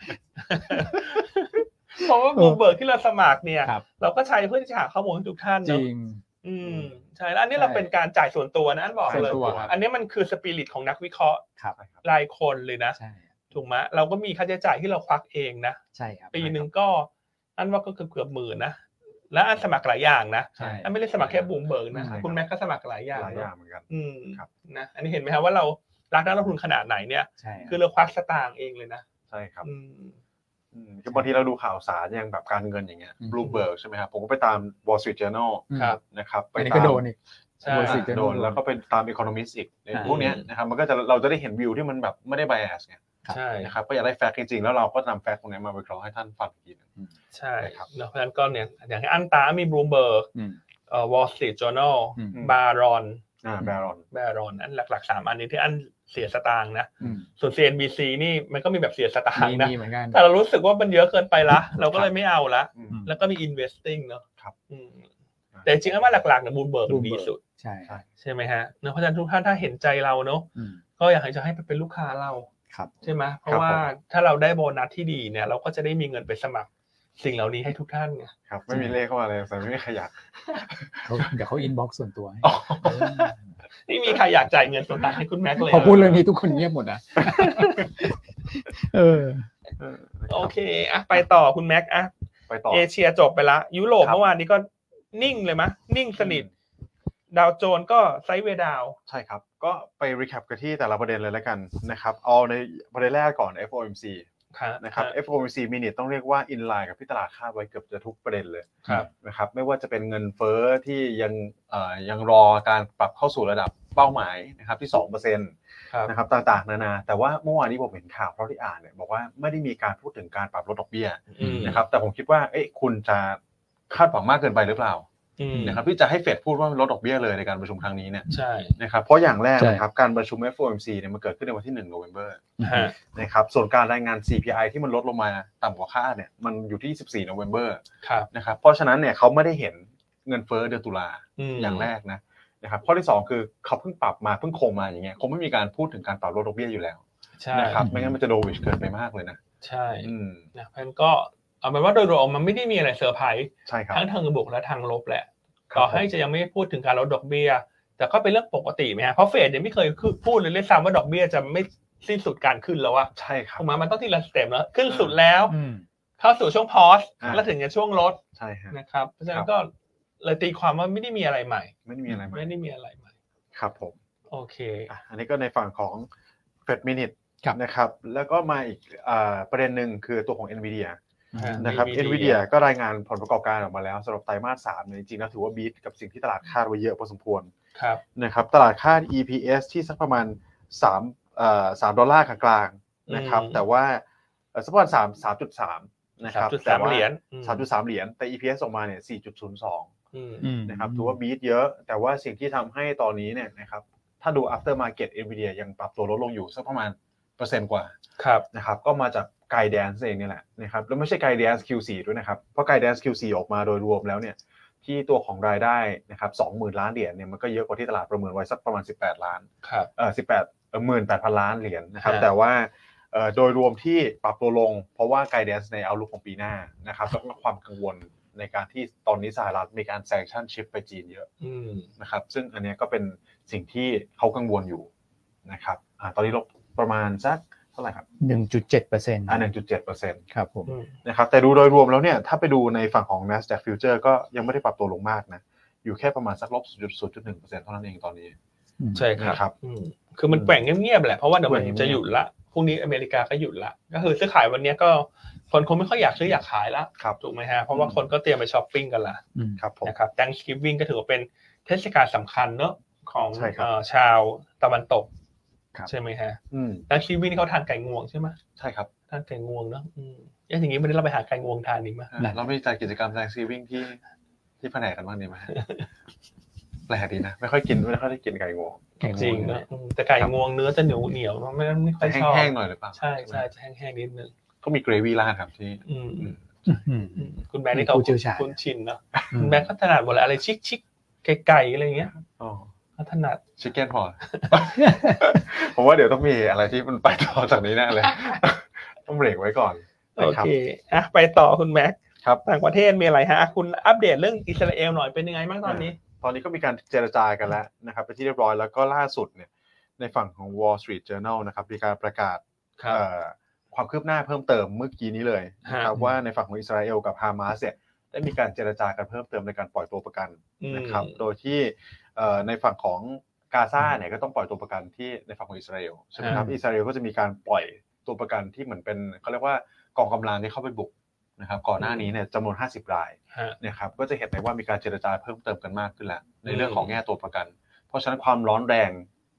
เพราะว่าบูเบิร์กที่เราสมัครเนี่ย
ครับ
เราก็ใช้เพื่อที่จะหาข้อมูลให้ทุกท่าน
จ
เน
ริ
อะ
ง
อืมใช่แล้วอันนี้
ใช่
เราเป็นการจ่ายส่วนตัวนะอันบอก
ส่วน
เลย
ตัวครับ
อันนี้มันคือสปิริตของนักวิเคราะห์
ครับ
ใช่ครับ
รายคนเลยนะ
ใช่
ถูกไหมเราก็มีค่าใช้จ่ายที่เราควักเองนะ
ใช่ครับ
ปีหนึ่งก็อันว่าก็เกือบเกือบหมื่นนะและอันสมัครหลายอย่างนะ
ใช่
อันไม่ได้สมัครแค่บูมเบิร์กนะ
ใช่ครับ
คุณแม็กก็สมัครหลายอย่าง
หลาย
เน
อย่าง
อะ
เหมือนกัน
อืม
ครับ
นะอันนี้เห็นไหมครับว่าเรารักนักลงทุนขนาดไหนเนี่ย
ใช่
คือเราควักสตางค์เองเลยนะ
ใช่ครับ
อืม
อืมคือบางทีเราดูข่าวสารอย่างแบบการเงินอย่างเงี้ยบลูเบิร์กใช่ไหมครับผมก็ไปตาม Wall Street Journal
ครั
ั
บ
นะครับไป
อันนี้
ตา
ก็
ม
โดนอีก
ใช่
อ่า
Wall Street Journal
โดนแล้วก็ไปตาม Economist อีกใน
อ่า
พวกเนี้ยนะครับมันก็จะเราจะได้เห็นวิวที่มันแบบไม่ได้ bias ไง
ใช่
นะครับก็อยากได้แฟกต์จริงๆ แล้วเราก็นำแฟกต์ตรงเนี้ยมาวิเคราะห์ให้ท่านฟังอีกทีหนึง
ใช่
ครับ
เนอะเพราะฉะนั้นก็เนี่ยอย่างที่อันตามมีบลูเบิร์ก
อืม
เอ่อวอลสตรีทจอร์แนล
อืม
บารอน
อ่าแบรอน
แบรอนอันหลักๆสามอันนี้ที่อันเสียสตางค์นะ
อืม
ส่วน CNBC นี่มันก็มีแบบเสียสตาง
มี
ค์นะ
มีเหมือนกัน
แต่เรารู้สึกว่ามันเยอะเกินไปละ เราก็เลยไม่เอาละ
อืม
ม
แล้วก็มี investing เนาะ
ครับ
อืมแต่จริงๆแล้วว่าหลักๆเนี่ยบูมเบิร์ก
Bloomberg
ดีสุด
ใช่
ใช่
ใช่ไหมฮะเนอะเพราะฉะนั้นทุกท่านถ้าเห็นใจเราเนาะ
อืม
ก็อยากให้จะให้ไปเป็นลูกค้าเรา
ครับ
ใช่ไหมเพราะว่า
ผม
ถ้าเราได้โบนัสที่ดีเนี่ย เราก็จะได้มีเงินไปสมัครสิ่งเหล่านี้ให้ทุกท่านไง
ครับไม่มีเลขเข้ามาเลยแต่ไม่มีขยะ
เขาเดี๋ยวเขาอินบ็อกส่วนตัวให้
นี่มีใครอยากจ่ายเงินส่วนต่างให้คุณแม็กซ์เลย
พอพูดเรื่องนี้ทุกคนเงียบหมดนะเออ
เออนะครับ
โอเคอ่ะไปต่อคุณแม็กซ์อ่ะ
ไปต่อ
เอเชียจบไปละยุโรป
ครับ
เมื่อวานนี้ก็นิ่งเลยมะ นิ่งสนิท ดาวโจนส์ก็ไซด์เวย์ดาวน์
ใช่ครับ ก็ไป recap กันที่แต่ละประเด็นเลยแล้วกันนะครับเอาในประเด็นแรกก่อน FOMC นะครับ FOMC minute ต้องเรียกว่า in line กับที่ตลาดคาดไว้เกือบจะทุกประเด็นเลย
ครับ
นะครับไม่ว่าจะเป็นเงินเฟ้อที่ยังเอ่อยังรอการปรับเข้าสู่ระดับเป้าหมายนะครับที่2%น
ครับ
ะครับต่างๆนานาแต่ว่าเมื่อวานนี้ผมเห็นข่าวเพราะที่อ่านเนี่ยบอกว่าไม่ได้มีการพูดถึงการปรับลดดอกเบี้ย
อืม
นะครับแต่ผมคิดว่าเอ๊ะคุณจะคาดหวังมากเกินไปหรือเปล่า
อืม
นะครับที่จะให้เฟดพูดว่าลดดอกเบี้ยเลยในการประชุมครั้งนี้เนี่ย
ใช่
นะครับเพราะอย่างแรก
ใช่
นะครับการประชุม FOMC เนี่ยมันเกิดขึ้นในวันที่1โนเวม ber
ฮะ
นะครับส่วนการรายงาน CPI ที่มันลดลงมาต่ำกว่าคาดเนี่ยมันอยู่ที่24โนเวม ber
ครับ
นะครับเพราะฉะนั้นเนี่ยเขาไม่ได้เห็นเงินเฟ้อเดือนตุลา
ม
อย่างแรกนะนะครับข้อที่ 2 คือเขาเพิ่งปรับมาเพิ่งคงมาอย่างเงี้ยคงไม่มีการพูดถึงการปรับลดดอกเบี้ยอยู่แล้ว
ใช่
นะครับไม่งั้นมันจะโดวิชเกินไปมากเลยนะ
ใช่
อืม
นะเพราะฉะนั้นก็เอาเป็นว่าโดยรวมมันไม่ได้มีอะไรเซอร์ไพรส์
ใช่ครับ
ทั้งทางบวกและทางลบแหละ
ครับ
ต่อให้จะยังไม่พูดถึงการลดดอกเบี้ย แต่ก็เป็นเรื่องปกติไหมฮะเพราะเฟดยังไม่เคยคือพูดเลยเลยซ้ำว่าดอกเบี้ยจะไม่สิ้นสุดการขึ้นแล้วอะ
ใช่ครับ
ถูกไหมมันต้องทีละสเต็ปแล้วขึ้นสุดแล้ว
อืม
เข้าสู่ช่วงพอส
อ่า
แล้วถึงจะช่วงลด
ใช่ฮะ
นะครับเพราะฉะนั้
ครั
น
บ
ก็เลยตีความว่าไม่ได้มีอะไรใหม่
ไม่ได้มีอะไร
ไม่
มา
ได้มีอะไรใหม่
ครับผม
โอเค
อ่ะอันนี้ก็ในฝั่งของเฟดมินิท
ครับ
นะครับแล้วก็มาอีกอ่าประเด็นหนึ่งคือตัวของ NVIDIA
อ่า
นะครับ
NVIDIA
NVIDIA ก็รายงานผลประกอบการออกมาแล้วสำหรับไตรมาสสามเนี่ยจริงๆแล้วถือว่าบีทกับสิ่งที่ตลาดคาดไว้เยอะพอสมควร
ครับ
นะครับตลาดคาด EPS ที่สักประมาณ3เอ่อ3ดอลลาร์กลางๆนะครับ
อืม
แต่ว่าเอ่อสักประมาณ3 3.3นะค
สาม
รับ
จุด
แต่
สาม
ว่า
เหรียญ
3.3 เหรียญแต่ EPS ออกมาเนี่ย4.02
อืม
อืม
นะครับถือว่าบีทเยอะ แต่ว่าสิ่งที่ทำให้ตอนนี้เนี่ยนะครับถ้าดู after market Nvidia ยังปรับตัวลดลงอยู่สักประมาณเปอร์เซ็นต์กว่า
ครับ
นะครับก็มาจากไกด์แดนซ์เองเนี่ยแหละนะครับแล้วไม่ใช่ไกด์แดนซ์ Q4 ด้วยนะครับเพราะไกด์แดนซ์ Q4 ออกมาโดยรวมแล้วเนี่ย ที่ตัวของรายได้นะครับ20,000 ล้านเหรียญเนี่ยมันก็เยอะกว่าที่ตลาดประเมินไว้สักประมาณ 18 ล้าน
ครับ
เอ่อ18เอ่อ18,000 ล้านเหรียญนะครับ
ครับ
แต่ว่าเอ่อโดยรวมที่ปรับตัวลง เพราะว่าไกด์แดนซ์ในเอาลุกของปีหน้านะครับแล้วก็ความกังวลในการที่ตอนนี้สหรัฐมีการแซงชั่นชิปไปจีนเยอะ
อืม
นะครับซึ่งอันเนี้ยก็เป็นสิ่งที่เขากังวลอยู่นะครับอ่าตอนนี้ลบประมาณสักเท่าไหร่ครับ
หนึ่งจุดเจ็ดเปอร์เซ็นต์
อ่า1.7เปอร์เซ็นต
ครับผม
อืม
นะครับแต่ดูโดยรวมแล้วเนี่ยถ้าไปดูในฝั่งของ NASDAQ Future ก็ยังไม่ได้ปรับตัวลงมากนะ อยู่แค่ประมาณสักลบ0.01%เท่านั้นเองตอนนี้
ใช่ครับ
นะครับ
อืมคือมันแกว่งเงียบๆแหละ เพราะว่าเดี๋ยวมั
แกว่ง
น
เงียบ
จะหยุดละ พรุ่งนี้อเมริกาก็หยุดละ ก็คือซื้อขายวันเนี้ยก็คนคงไม่ค่อยอยากซื้ออยากขายละ
ครับ
ถูกไหมฮะ เพราะว่า
อืม
คนก็เตรียมไปช้อปปิ้งกันละ
อืม
ครับผม
นะครับ Thanksgiving ก็ถือว่าเป็นเทศกาลสำคัญเนอะของ
ใช่ครับ
เอ่อชาวตะวันตก
ครับ
ใช่ไหมฮะ
อืม
Thanksgiving นี่เขาทานไก่งวงใช่ไหม
ใช่ครับ
ทานไก่งวงเนอะอืมเอ๊ะอย่างนี้ไม่ได้เราไปหาไก่งวงทานดีไหม
อ่า
ได้
เราไม่จัดกิจกรรมแรงซีวิ่งที่ที่แผนกกันบ้างดีไหมฮะ <laughs> แปลกดีนะ ไม่ค่อยกินไม่ค่อยได้กินไก่งวง
แข่ง
จริง
เล
นะ
ย
อืมแต่ไก่งวงเนื้อจะเหนียวเหนียวไม่ไม่ค่
แต่
อยชอบ
แห้งๆหน่อยหรือเปล่า
ใช่ใช่จะแห้งๆนิดนึง
ก็มีเกรวี่ราดครับที่
อืม
อืม
อืมคุณแบงค์นี่เขา
ผู้เชี่ยวชาญ
คุ้นชินเนาะคุณแบงค์เขาถนัดหมดแล้วอะไรชิกชิกไก่ๆอะไรอย่างเงี้ย
อ๋อ
เขาถนัด
ชิคเก้นพอ ผมว่าเดี๋ยวต้องมีอะไรที่มันไปต่อจากนี้แน่เลย <laughs> ต้องเบรกไว้ก่อน
โอ
นะครับ
เคอ่ะไปต่อคุณแม็ก
ครับ
ต่างประเทศมีอะไรฮะอ่ะคุณอัปเดตเรื่องอิสราเอลหน่อยเป็นยังไงบ้างตอนนี้
ตอนนี้ก็มีการเจรจากันแล้วนะครับไปนที่เรียบร้อยแล้วก็ล่าสุดเนี่ยในฝั่งของ Wall Street Journal นะครับมีการประกาศเอ่อความคืบหน้าเพิ่มเติมเมื่อกี้นี้เลยนะครับ
ฮะ
ว่าในฝั่งของอิสราเอลกับฮามาสเนี่ยได้มีการเจรจากันเพิ่มเติมในการปล่อยตัวประกันนะครับ
อืม
โดยที่เอ่อในฝั่งของกาซาเนี่ยก็ต้องปล่อยตัวประกันที่ในฝั่งของอิสราเอลใช่ไหมครับ
ฮะ
อิสราเอลก็จะมีการปล่อยตัวประกันที่เหมือนเป็นเขาเรียกว่ากองกำลังที่เข้าไปบุกนะครับก่อนหน้านี้เนี่ยจำนวน 50 ราย
ฮะ
นะครับก็จะเห็นได้ว่ามีการเจรจาเพิ่มเติมกันมากขึ้นแล้วใน
อืม
เรื่องของแง่ตัวประกัน เพราะฉะนั้นความร้อนแรง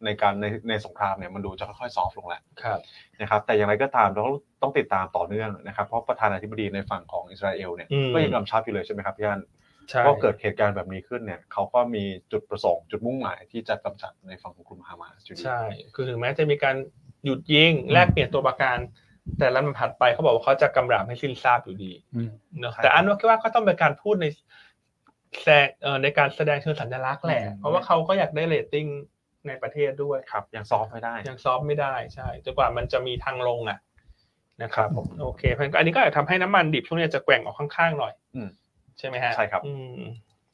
ในการในในสงครามเนี่ยมันดูจะค่อยๆซอฟลงแล้ว
ครับ
นะครับแต่อย่างไรก็ตามเราก็ต้องติดตามต่อเนื่องนะครับเพราะประธานาธิบดีในฝั่งของอิสราเอลเนี่ย
อืม
ก็ยังกำชับอยู่เลยใช่ไหมครับพี่อัน
ใช่
ก็เกิดเหตุการณ์แบบนี้ขึ้นเนี่ยเขาก็มีจุดประสงค์จุดมุ่งหมายที่จะกำจัดในฝั่งของกลุ่มฮามาสอยู่ดี
ใช่ คือถึงแม้จะมีการหยุดยิงแลกเปลี่ยนตัวประกัน แต่แล้วมันผ่านไปเขาบอกว่าเขาจะกำราบให้สิ้นซากอยู่ดี
อืม
เนอะแต่อันว่าคิดว่าก็ต้องเป็นการพูดในแสดงเอ่อในการแสดงเชิงสัญลักษณ์แหละ
อืม
เพราะว่าเขาก็อยากได้เรตติ้งในประเทศด้วย
ครับยังซอฟไม่ได้
ยังซอฟต์ไม่ได้ใช่จนกว่ามันจะมีทางลงอ่ะนะครับ
ครับผม
โอเคเพราะฉะนั้นอันนี้ก็อาจจะทำให้น้ำมันดิบช่วงนี้จะแกว่งออกข้างๆหน่อย
อืม
ใช่ไหมฮะ
ใช่ครับ
อืม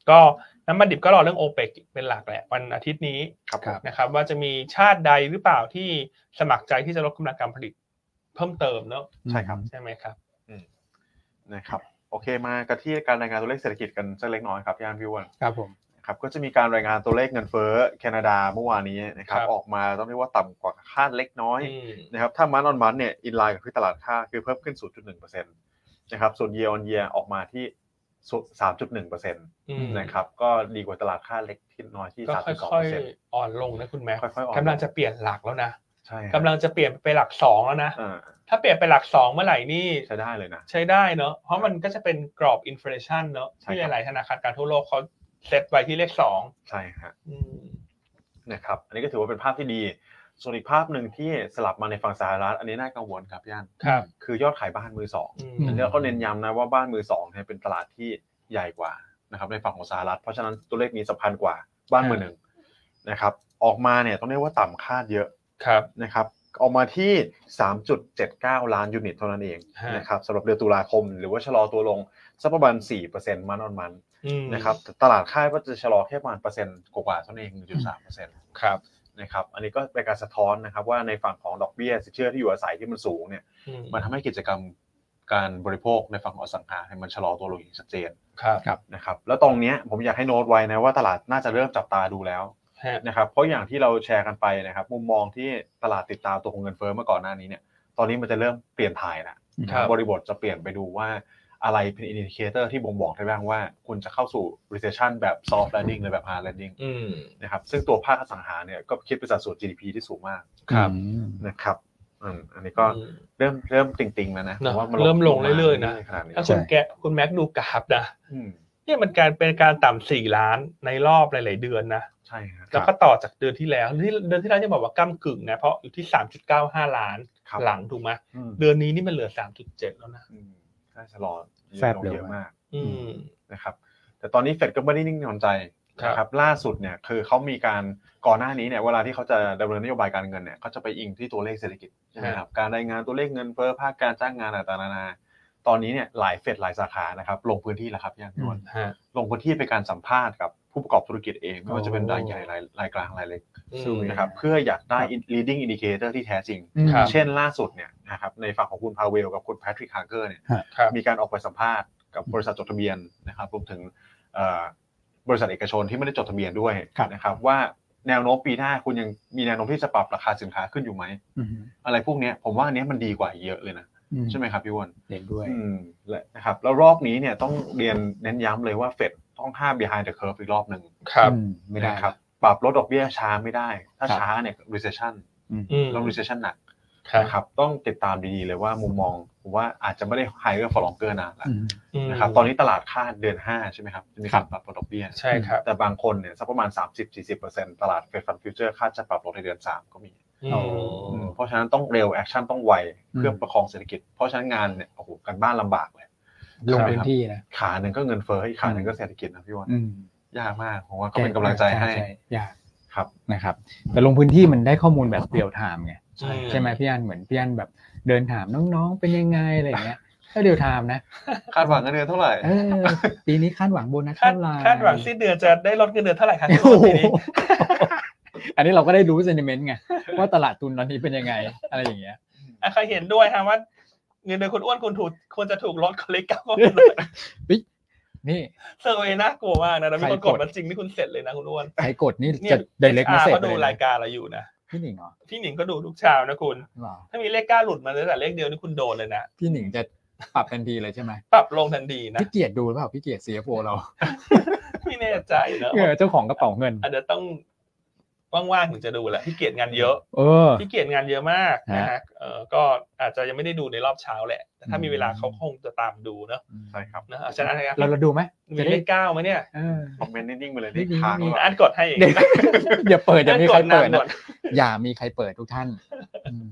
ก็น้ำมันดิบก็รอเรื่องโอเปกเป็นหลักแหละวันอาทิตย์นี้
ครับผม
นะครับ ว่าจะมีชาติใดหรือเปล่าที่สมัครใจที่จะลดกำลังการผลิตเพิ่มเติมเนอะ
ใช่ครับ
ใช่ไหมครับ
นะครับโอเคมากันที่การรายงานตัวเลขเศรษฐกิจกันสักเล็กน้อยครับพี่อันพี่อ้วน
ครับผม
ครับก็จะมีการรายงานตัวเลขเงินเฟ้อแคนาดาเมื่อวานนี้นะครับ
ครับ
ออกมาต้องเรียกว่าต่ำกว่าคาดเล็กน้อย
อืม
นะครับถ้ามันออนมันเนี่ยอินไลน์กับที่ตลาดค่าดคือเพิ่มขึ้น 0.1%นะครับส่วน year on year ออกมาที่ 3.1%
อืม
นะครับก็ดีกว่าตลาดค่าดเล็กที่น้อยที่
ก็ค่อย
3.2%
ๆ อ่อนลงนะคุณแม่
ค่อยๆอ่อนลง
กำลังจะเปลี่ยนหลักแล้วนะ
ใช่
กำลังจะเปลี่ยนไปหลักสองแล้วนะ
อ่า
ถ้าเปลี่ยนไปหลักสองเมื่อไหร่นี่
ใช้ได้เลยนะ
ใช้ได้เนอะเพราะมันก็จะเป็นกรอบอินฟลชันเนอะ
ใช่
ที่
ครับ
หลายๆธนาคารกลารทั่วโลกเขาเซตไว้ที่เลขสอง
ใช่ฮะ
อืม
นะครับอันนี้ก็ถือว่าเป็นภาพที่ดี ส่วนอีกภาพหนึ่งที่สลับมาในฝั่งสหรัฐ อันนี้น่ากังวลครับพี่อัน
ครับ
คือยอดขายบ้านมือสอง
อืม
อันนี้เขาเน้นย้ำนะว่าบ้านมือสองเนี่ยเป็นตลาดที่ใหญ่กว่านะครับในฝั่งของสหรัฐเพราะฉะนั้นตัวเลขนี้สำคัญกว่าบ้านมือหนึ่งนะครับออกมาเนี่ยต้องเรียกว่าต่ำคาดเยอะ
ครับ
นะครับ ออกมาที่ 3.79 ล้านยูนิตเท่านั้นเอง
ฮะ
นะครับสำหรับเดือนตุลาคม หรือว่าชะลอตัวลงสักประมาณ4%มันออนมัน
อืม
นะครับแต่ตลาดคาดว่าจะชะลอแค่ประมาณเปอร์เซ็นต์กว่าๆเท่านั้นเอง1.3%
ครับ
นะครับ อันนี้ก็เป็นการสะท้อนนะครับว่าในฝั่งของดอกเบี้ยสินเชื่อที่อยู่อาศัยที่มันสูงเนี่ย
อืม
มันทำให้กิจกรรมการบริโภคในฝั่งของอสังหาเนี่ยมันชะลอตัวลงอย่างชัดเจน
ครับ
นะครับ แล้วตรงเนี้ยผมอยากให้โน้ตไว้นะว่าตลาดน่าจะเริ่มจับตาดูแล้ว
ฮะ
นะครับ เพราะอย่างที่เราแชร์กันไปนะครับมุมมองที่ตลาดติดตามตัวของเงินเฟ้อมาก่อนหน้านี้เนี่ย ตอนนี้มันจะเริ่มเปลี่ยนถ่ายละ
ครับ
บริบทจะเปลี่ยนไปดูว่าอะไรเป็นอินดิเคเตอร์ที่บ่งบอกได้บ้างว่า คุณจะเข้าสู่ recession แบบ soft landing หรือแบบ hard landing
อืม
นะครับซึ่งตัวภาคอสังหาเนี่ยก็คิดเป็นสัดส่วน GDP ที่สูงมาก
ครับ
อืม
นะครับอืมอันนี้ก็เริ่มเริ่มติ่งๆแล้วนะ
เนอะ
ผว่าน
เริ่มลงเรื่อยๆนะ
ขนาดนี้
ถ้าคุณแกะคุณแม็กดูกราฟนะ
อืม
เนี่ยมันการเป็นการต่ำสี่ล้านในรอบหลาย ๆ เดือนนะ
ใช่ฮะ
แล้วก็ต่อจากเดือนที่แล้วที่เดือนที่แล้วจะบอกว่าก้ากึ่งนะเพราะอยู่ที่ 3.95 ล้าน
ครับ
หลังถูกไหม
อืม
เดือนนี้นี่มันเหลือ 3.7 แล้วนะ
อืมใช่ชะลอ
แฟบ
ลง
เลย
เยอะมาก
อืม
นะครับ แต่ตอนนี้เฟดก็ไม่ได้นิ่งนอนใจ
ครับ
นะครับ ล่าสุดเนี่ยคือเขามีการก่อนหน้านี้เนี่ยเวลาที่เขาจะดำเนินนโยบายการเงินเนี่ยเขาจะไปอิงที่ตัวเลขเศรษฐกิจใช่ไหมครับการรายงานตัวเลขเงินเฟ้อภาคการจ้างงานต่างๆนานาตอนนี้เนี่ยหลายเฟดหลายสาขานะครับ ลงพื้นที่แล้วครับย่างนวล
ฮะ
ลงพื้นที่ไปการสัมภาษณ์กับผู้ประกอบธุรกิจเอง ไม่ว่าจะเป็นรายใหญ่รายรายกลางรายเล็ก
อืม
สู้นะ
นะครับเพื่ออยากได้ leading indicator ที่แท้จริง
อืม
ครับ
เช่นล่าสุดเนี่ยนะครับในฝั่งของคุณพาเวลกับคุณแพทริกฮาร์เกอร์เนี่ย
ครับ
มีการออกไปสัมภาษณ์กับบริษัทจดทะเบียนนะครับรวมถึงเอ่อบริษัทเอกชนที่ไม่ได้จดทะเบียนด้วย
ครับ
นะครับว่าแนวโน้มปีหน้าคุณยังมีแนวโน้มที่จะปรับราคาสินค้าขึ้นอยู่ไหม
อืม
อะไรพวกเนี้ยผมว่าอันเนี้ยมันดีกว่าเยอะเลยนะ
อื
ใช่ไหมครับพี่อ้วน
เห็นด้วย
อืมและนะครับแล้วรอบนี้เนี่ยต้องเรียนเน้นย้ำเลยว่าเฟดต้องห้าม behind the curve อีกรอบหนึ่ง
ครับ
อืมไม่ได้
นะครับปรับลดดอกเบี้ยช้าไม่ได้ ถ้า
ครับ
ช้าเนี่ย recession
อืม
ต้อง recession หนัก
ครับ
นะครับต้องติดตามดีๆเลยว่ามุมมองผมว่าอาจจะไม่ได้ higher for longer นานละ
อืม
นะครับตอนนี้ตลาดคาดเดือน 5 ใช่ไหมครับจะมีการปรับลดดอกเบี้ย
ใช่ครับ
แต่บางคนเนี่ยสักประมาณ 30-40%ตลาดเฟดฟันฟิวเจอร์คาดจะปรับลดในเดือน 3 ก็มี
อืม
อ๋อ
อืมเพราะฉะนั้นต้องเร็วแอคชั่นต้องไวเพื่ออ
ม
ประคองเศรษฐกิจ เพราะฉะนั้นงานเนี่ยโอ้โหการบ้านลำบากเลย
ลง
ครับ
พื้นที่นะ
ขาหนึ่งก็เงินเฟ้ออีกขาหนึ่
อื
ง
ม
ก็เศรษฐกิจนะพี่วอน
อืม
ยากมากผมว่าก็เป็นกำลังใจให้
ช่ยาก
ครับ
นะครับ แต่ลงพื้นที่มันได้ข้อมูลแบบเรียลไทม์ไง
ใช่
ใช่ไหมพี่อันเหมือนพี่อันแบบเดินถามน้องๆ เป็นยังไงอะไรอย่างเงี้ยก็เรียลไทม์นะ
คาดหวังเงินเดือนเท่าไหร่
เออปีนี้คาดหวังโบนัส
คาด
เท่าไหร่
คาดหวังสิ้นเดือนจะได้ลดเงินเดือนเท่าไหร่ครับ
โอ้โหอันนี้เราก็ได้รู้เซนิเมนต์ไงว่าตลาดทุนตอนนี้เป็นยังไง อะไรอย่างเงี้ย
อ่ะใครเห็นด้วยฮะว่าเงินเดือนคุณอ้วนคุณถูกควรจะถูกลดคนเล็กเก้าก็ไม่ได้
นี่
เซอร์เวยน่ากลัวมากนะแล้วมีคนกด
ใครกด
มาจริงนี่คุณเสร็จเลยนะคุณอ้วน
ใครกดนี่
เนี่
จะ
ย
เดเล็กเมสเซจ
เขา
เล
ดู
ย
รายการเราอยู่นะ
พี่หนิงเหรอ
พี่หนิงก็ดูทุกเช้านะคุณ
เหรอ
ถ้ามีเลขเก้าหลุดมาตั้งแต่เลขเดียวนี่คุณโดนเลยนะ
พี่หนิงจะปรับทันทีเลยใช่ไหม
ปรับลงทันทีนะ <laughs>
พี่เกียรติดูหรือเปล่าพี่เกียรติ CFO เรา
ไม่แน่ใจนะ
เออเจ้าของกระเป๋าเงิน
อาจจะต้องว่างๆถึงจะดูแหละพี่เกียรติงานเยอะ
เออ
พี่เกียรติงานเยอะมากนะฮะ
ฮะ
เออก็อาจจะยังไม่ได้ดูในรอบเช้าแหละ แต่ถ้ามี
อืม
เวลาเขาคงจะตามดูเนอะ
ใช่ครับ
นะอาจารย์อะไรครับ
เราเราดูไหม
มี
จะ
เล
ได้
ขเก้าไหมเนี่ย
เออ
คอมเมนต์นิ่งๆไปเลย
นี่
ที่ค้าง
นี่
แล้ว
อันกดให้เอง
เดี๋ยว <laughs> อย่าเปิดอย่ามีใครเปิด
อ่านก
นะ
ด
อย่ามีใครเปิดทุกท่านอืม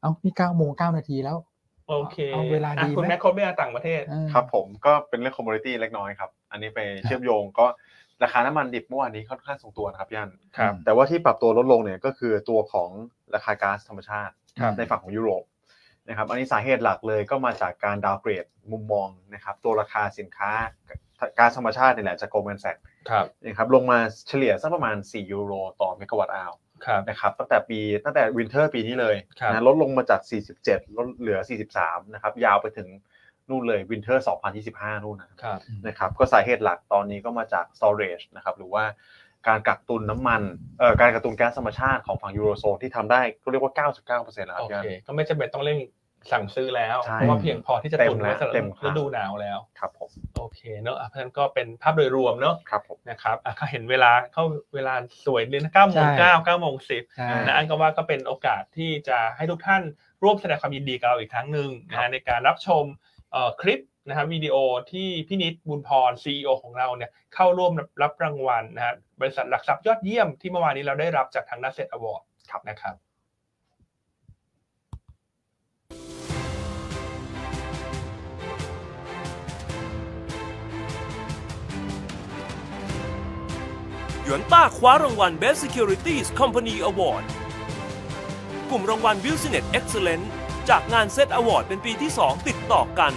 เอ้านี่เก้าโมงเก้านาทีแล้ว
<laughs> โอเค
เอาเวลาดีไหม
อ่ะคุณแม่คนไม่เอาต่างประเทศ
เออ
ครับผมก็เป็นเรื่องคอมมูนิตี้เล็กน้อยครับ อันนี้ไปเชื่อมโยงก็ราคาน้ำมันดิบเมื่อวานนี้ค่อนข้างทรงตัวนะครับย่าน
ครับ
แต่ว่าที่ปรับตัวลดลงเนี่ยก็คือตัวของราคาก๊าซธรรมชาติ
ครับ
ในฝั่งของยุโรปนะครับอันนี้สาเหตุหลักเลยก็มาจากการดาวเกรดมุมมองนะครับตัวราคาสินค้าก๊าซธรรมชาตินี่แหละจากโกลแมนแซก
ครับ นะครับ
ลงมาเฉลี่ยสักประมาณ 4 ยูโรต่อเมกะวัตต์อาวร์
ครับ
นะครับตั้งแต่ปีตั้งแต่วินเทอร์ปีนี้เลย
ครับ
นะลดลงมาจาก 47 ลดเหลือ 43 นะครับยาวไปถึงนู่นเลยวินเทอร์ 2025 นู่นนะครับ นะครับก็สาเหตุหลักตอนนี้ก็มาจาก storage นะครับหรือว่าการกักตุนน้ำมันเอ่อการกักตุนแก๊สธรรมชาติของฝั่งยูโรโซนที่ทำได้ก็เรียกว่า 99%แล้วครั
โอบ
พี่
เค
อัน
ก็ไม่จำเป็นต้องเร่งสั่งซื้อแล้ว
ใช่
เพราะว่าเพียงพอที่จะ
เต็ม
ตุนไว้
แล้ว
สำหรับ
เต็มครับ
ฤดูหนาวแล้ว
ครับผม
โอเคเนอะอ่ะเพราะฉะนั้นก็เป็นภาพโดยรวมเนอะ
ครับผม
นะครับอ่ะก็เห็นเวลาเข้าเวลาสวยเลยนะเก้าโมงเก้าเก้าโมงสิบ
ใช่
นะอันก็ว่าก็เป็นโอกาสที่จะให้ทุกท่านร่วมแสดงความยินดีกับเราอีกครั้งหนึ่งนะฮะในการรับชมเอ่อคลิปนะฮะวิดีโอที่พี่นิดบุญพร CEO ของเราเนี่ยเข้าร่วมรับรางวัลนะฮะบริษัทหลักทรัพย์ยอดเยี่ยมที่เมื่อวานนี้เราได้รับจากทางนัสเซ็ตอวอร์ดนะครับ
หยวนต้าคว้ารางวัล Best Securities Company Award กลุ่มรางวัล Business Excellence จากงาน Set Award เป็นปีที่ 2 ติดต่อกัน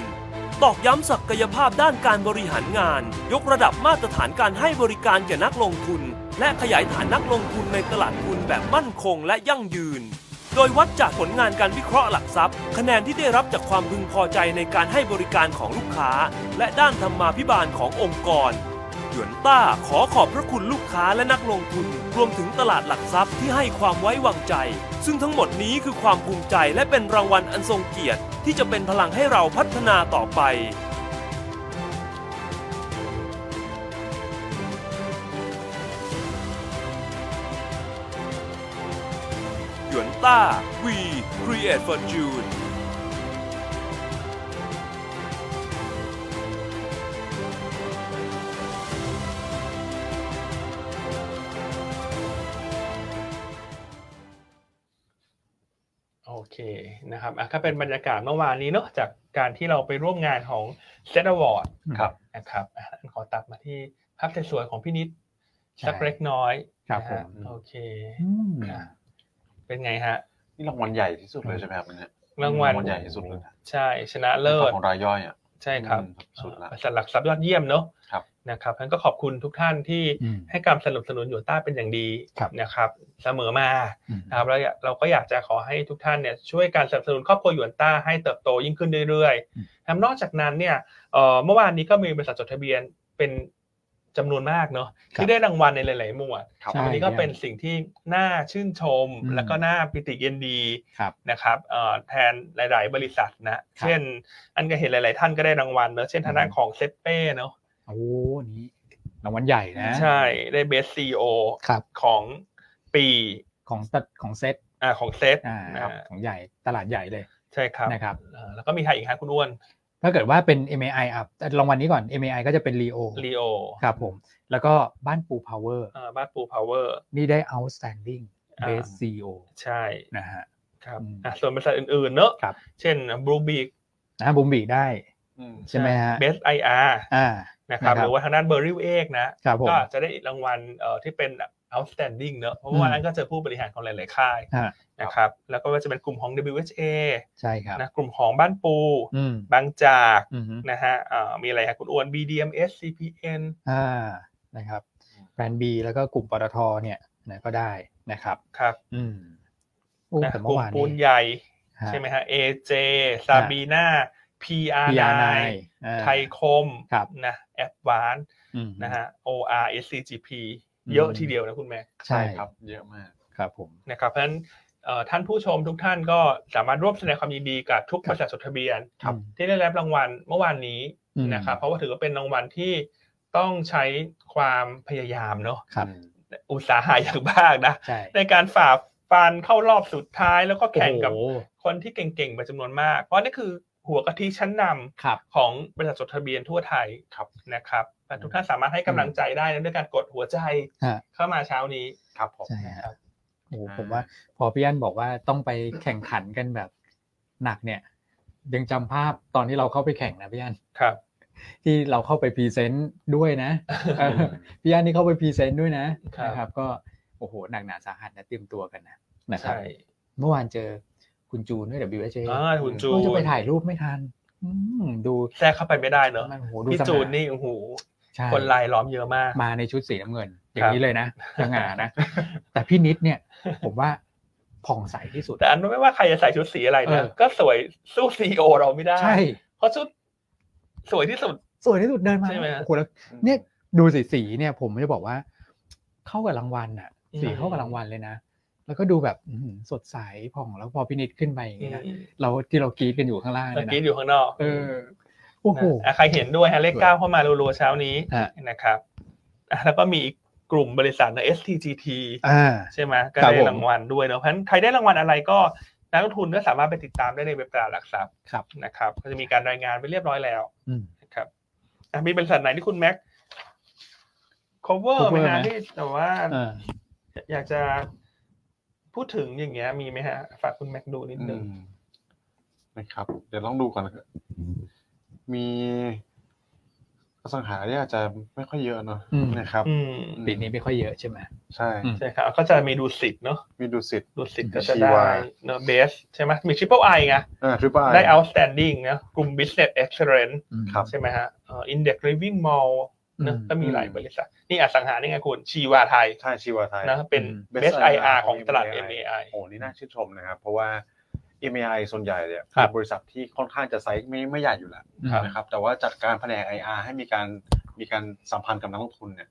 ตอกย้ำศักยภาพด้านการบริหารงาน ยกระดับมาตรฐานการให้บริการแก่นักลงทุน และขยายฐานนักลงทุนในตลาดทุนแบบมั่นคงและยั่งยืน โดยวัดจากผลงานการวิเคราะห์หลักทรัพย์ คะแนนที่ได้รับจากความพึงพอใจในการให้บริการของลูกค้า และด้านธรรมาภิบาลขององค์กร หยวนต้าขอขอบพระคุณลูกค้าและนักลงทุน รวมถึงตลาดหลักทรัพย์ที่ให้ความไว้วางใจ ซึ่งทั้งหมดนี้คือความภูมิใจและเป็นรางวัลอันทรงเกียรติ ที่จะเป็นพลังให้เราพัฒนาต่อไป หยวนต้า We Create Fortune
ๆโอเคนะครับอ่ะก็เป็นบรรยากาศเมื่อวานนี้เนาะจากการที่เราไปร่วมงานของ Set Award
ครับ
นะครับอ่ะอันขอตัดมาที่ภาพสวยๆของพี่นิดสัก
ใช่
เล็กน้อย
ครับ
นะ
ผ
ฮะ
ม
โอเค
อืม
ครับ เป็นไงฮะ
นี่รางวัลใหญ่ที่สุดเลยใช่ไหมครับเนี่ย
รางวัล
รางวัลใหญ่ที่สุดเลยนะ
ใช่ชนะเลิศ
ของรายย่อยอ่ะ
ใช่ครับ
อืมสุดละ
บริษัทหลักทรัพย์ยอดเยี่ยมเนอะ
ครับ
นะครับงั้นก็ขอบคุณทุกท่านที่
อืม
ให้การสนับสนุนหยวนต้าเป็นอย่างดี
ครับ
นะครับ เสมอมา
อืม
นะครับแล้วเราก็อยากจะขอให้ทุกท่านเนี่ยช่วยการสนับสนุนครอบครัวหยวนต้าให้เติบโตยิ่งขึ้นเรื่อย
อืม
ๆนะครับนอกจากนั้นเนี่ยเอ่อเมื่อวานนี้ก็มีบริษัทจดทะเบียนเป็นจำนวนมากเนอะที่ได้รางวัลในหลายๆหมวด
ครับ
ใช่
อันนี้ก็เป็นสิ่งที่น่าชื่นชม
อืม
แล้วก็น่าปิติยินดี
ครับ
นะครับเอ่อแทนหลาย ๆ บริษัทนะ
ครับ
เช่น อันก็เห็นหลาย ๆ ท่านก็ได้รางวัลเนอะเช่นทางด้าน
อืม
ของเซเป้เนอะ
โอ้นี่รางวัลใหญ่นะ
ใช่ได้เบสซีโอ
ครับ
ของปี
ของตัดของเซต
อ่าของเซต
อ่า
นะครับ
ของใหญ่ตลาดใหญ่เลย
ใช่ครับ
นะครับ
เอ่อแล้วก็มีใครอีกฮะคุณอ้วน
ถ้าเกิดว่าเป็น MAI อ่ะรางวัลนี้ก่อน MAI ก็จะเป็นลีโอ
ลีโอ
ครับผม แล้วก็บ้านปูพาวเวอร์
อ่าบ้านปูพาวเวอร์
นี่ได้ outstanding
อ่า
best CEO
ใช่
นะฮะ
ครับ
อืม
อ่ะส่วนบริษัทอื่น ๆ เนอะ
ครับ
เช่นบลูบิก
นะฮะบุมบีได้
อืม
ใช่ไหมฮะ
เบสไออาร์
อ่า
นะครับ
นะค
ห
รับ
รือว่าทางด้านเบอร์ริวเอกนะครับ
ผม
ก็จะได้รางวัลเอ่อที่เป็น outstanding เนอะเพราะ
อืม
ว่าอันก็เจอผู้บริหารของหลาย ๆ ค่าย
ฮะ
นะครับแล้วก็จะเป็นกลุ่มของ WHA
ใช่ครับ
นะกลุ่มของบ้านปู
อืม
บางจาก
อืมฮึ
นะฮะเอ่อมีอะไรฮะคุณอ้วน BDMS CPN
อ่านะครับแบรนด์บีแล้วก็กลุ่มปตทเนี่ยนะก็ได้นะครับ
ครับ
อืมโอ้
นะ
แต่
ก
เมื่อ
ลุ่ม
วาน
ปูน
นี้
ใหญ่
ฮะ
ใช่ไหมฮะ AJ ซาบีนา PR9
PR9 อ่า
ไทยคม
ครับ
นะแอปวาน
อืม
นะฮะ OR SCGP
อืม
เยอะทีเดียวนะคุณแม่
ใช่
ใช่
ค
ค
รั
รั
บบ
เยอะมาก
ครับผม
นะครับเพราะฉะนั้นเอ่อท่านผู้ชมทุกท่านก็สามารถร่วมแสดงความยินดีกับทุกบริษัทจดทะเบียน
ครับ
ที่ได้รับรางวัลเมื่อวานนี้
อืม
นะครับเพราะว่าถือว่าเป็นรางวัลที่ต้องใช้ความพยายามเนาะ
ครับ
อุตสาหะอย่างมากนะ
ใช่
ในการฝ่าฟันเข้ารอบสุดท้าย แล้วก็แข่งกับ
โอ้โห
คนที่เก่งๆไปจำนวนมาก เพราะนี่คือหัวกะทิชั้นนำ
ครับ
ของบริษัทจดทะเบียนทั่วไทย
ครับ
นะครับแต่ทุกท่านสามารถให้กำลังใจได้นะด้วยการกดหัวใจ
ฮะ
เข้ามาเช้านี้
ครับผม
ใช่ฮะ
ครับ
โอ้โห
อ่า
ผมว่าพอพี่อันบอกว่าต้องไปแข่งขันกันแบบหนักเนี่ย ยังจำภาพตอนที่เราเข้าไปแข่งนะพี่อัน
ครับ
ที่เราเข้าไปพรีเซนต์ด้วยนะเออพี่อันนี่เข้าไปพรีเซนต์ด้วยนะครับ นะครับ ก็โอ้โหหนักหนาสาหัสนะเตรียมตัวกันนะนะครับ
ใช่
เมื่อวานเจอคุณจูนด้วย WHA
อ่าคุณจู
ก็
น
จะไปถ่ายรูปไม่ทัน อืมดู
แทรกเข้าไปไม่ได้เนอะ
มันโอ้โหดู
พี่
สง่า
จูนนี่โอ้โห
ใช่
คนลายล้อมเยอะมาก
มาในชุดสีน้ำเงิน อย่างนี้
<laughs>
เลยนะสง่านะ แต่พี่นิดเนี่ย ผมว่าผ่องใสที่สุด
แต่อันไม่ว่าใครจะใส่ชุดสีอะไรนะ
เออ
ก็สวยสู้ซีโอเราไม่ได้
ใช่
เพราะชุดสวยที่สุด
สวยที่สุดเดินมา
ใช่ไหมฮะ
โอ้โหแล้วเนี่ยดูสีสีเนี่ย ผมจะบอกว่า เข้ากับรางวัลอ่ะ สีเข้ากับรางวัลเลยนะ แล้วก็ดูแบบอื้อหือสดใสผ่องแล้วพอพี่นิดขึ้นไปอย่าง
อื
นี้
ม
นะเราที่เรากรีดกันอยู่ข้างล่าง
เมื่อ
เนี่
ย กี้
นะ
อยู่ข้างนอก
เออโอ้โห
นะอ่ะใครเห็นด้วยฮะเลข
ด้วย
เก้าเข้ามารัวๆเช้านี้
ฮะ
นะครับ <laughs> อ่ะแล้วก็มีอีกกลุ่มบริษัทนะ STGT
อ่า
ใช่ไหมก็
ครับ
ได้
ผม
รางวัลด้วยเนาะเพราะฉะนั้นใครได้รางวัลอะไรก็นักลงทุนก็สามารถไปติดตามได้ในเว็บตลาดหลักทรัพย์
ครับ
นะครับ ก็จะมีการรายงานไปเรียบร้อยแล้ว
อืม
นะครับอ่ะมีบริษัทไหนที่คุณแม็ก cover
cover
ไหมฮะ
ไหม
ที่แต่ว่า
อ่า
อยากจะพูดถึงอย่างเงี้ยมีไหมฮะฝากคุณแม็กดูนิดนึง
อืมนะครับ เดี๋ยวลองดูก่อนนะครับมี อสังหาเนี่ยอาจจะไม่ค่อยเยอะเนอะ
อืม
นะครับ
อืม
ปีนี้ไม่ค่อยเยอะใช่ไหม
ใช่
อืม
ใช่ครับก็จะมีดูสิตเนาะ
มีดูสิต
ดูสิตก็จะได้
ชีวา
เนาะเบสใช่ไหมมี Triple I ไง
อ่าทริปเปิล
ได้ outstanding นะกลุ่ม business excellence
อืม
ครับ
ใช่ไหมฮะเอ่อ index living mall เนอะ
อืม
ก็มีหลายบริษัท นี่อสังหานี่ไงคุณชีวาไทย
ใช่ชีวาไทย
นะเป็น
อืม
best IR ของตลาด
ของ
MAI
โอ้นี่น่าชื่นชมนะครับ เพราะว่า MAI ส่วนใหญ่เนี่ย
ครับ
เป็นบริษัทที่ค่อนข้างจะไซส์ไม่ไม่ใหญ่อยู่แล้ว
ครับ
นะครับ แต่ว่าจัดการแผนก IR ให้มีการมีการสัมพันธ์กับนักลงทุนเนี่ย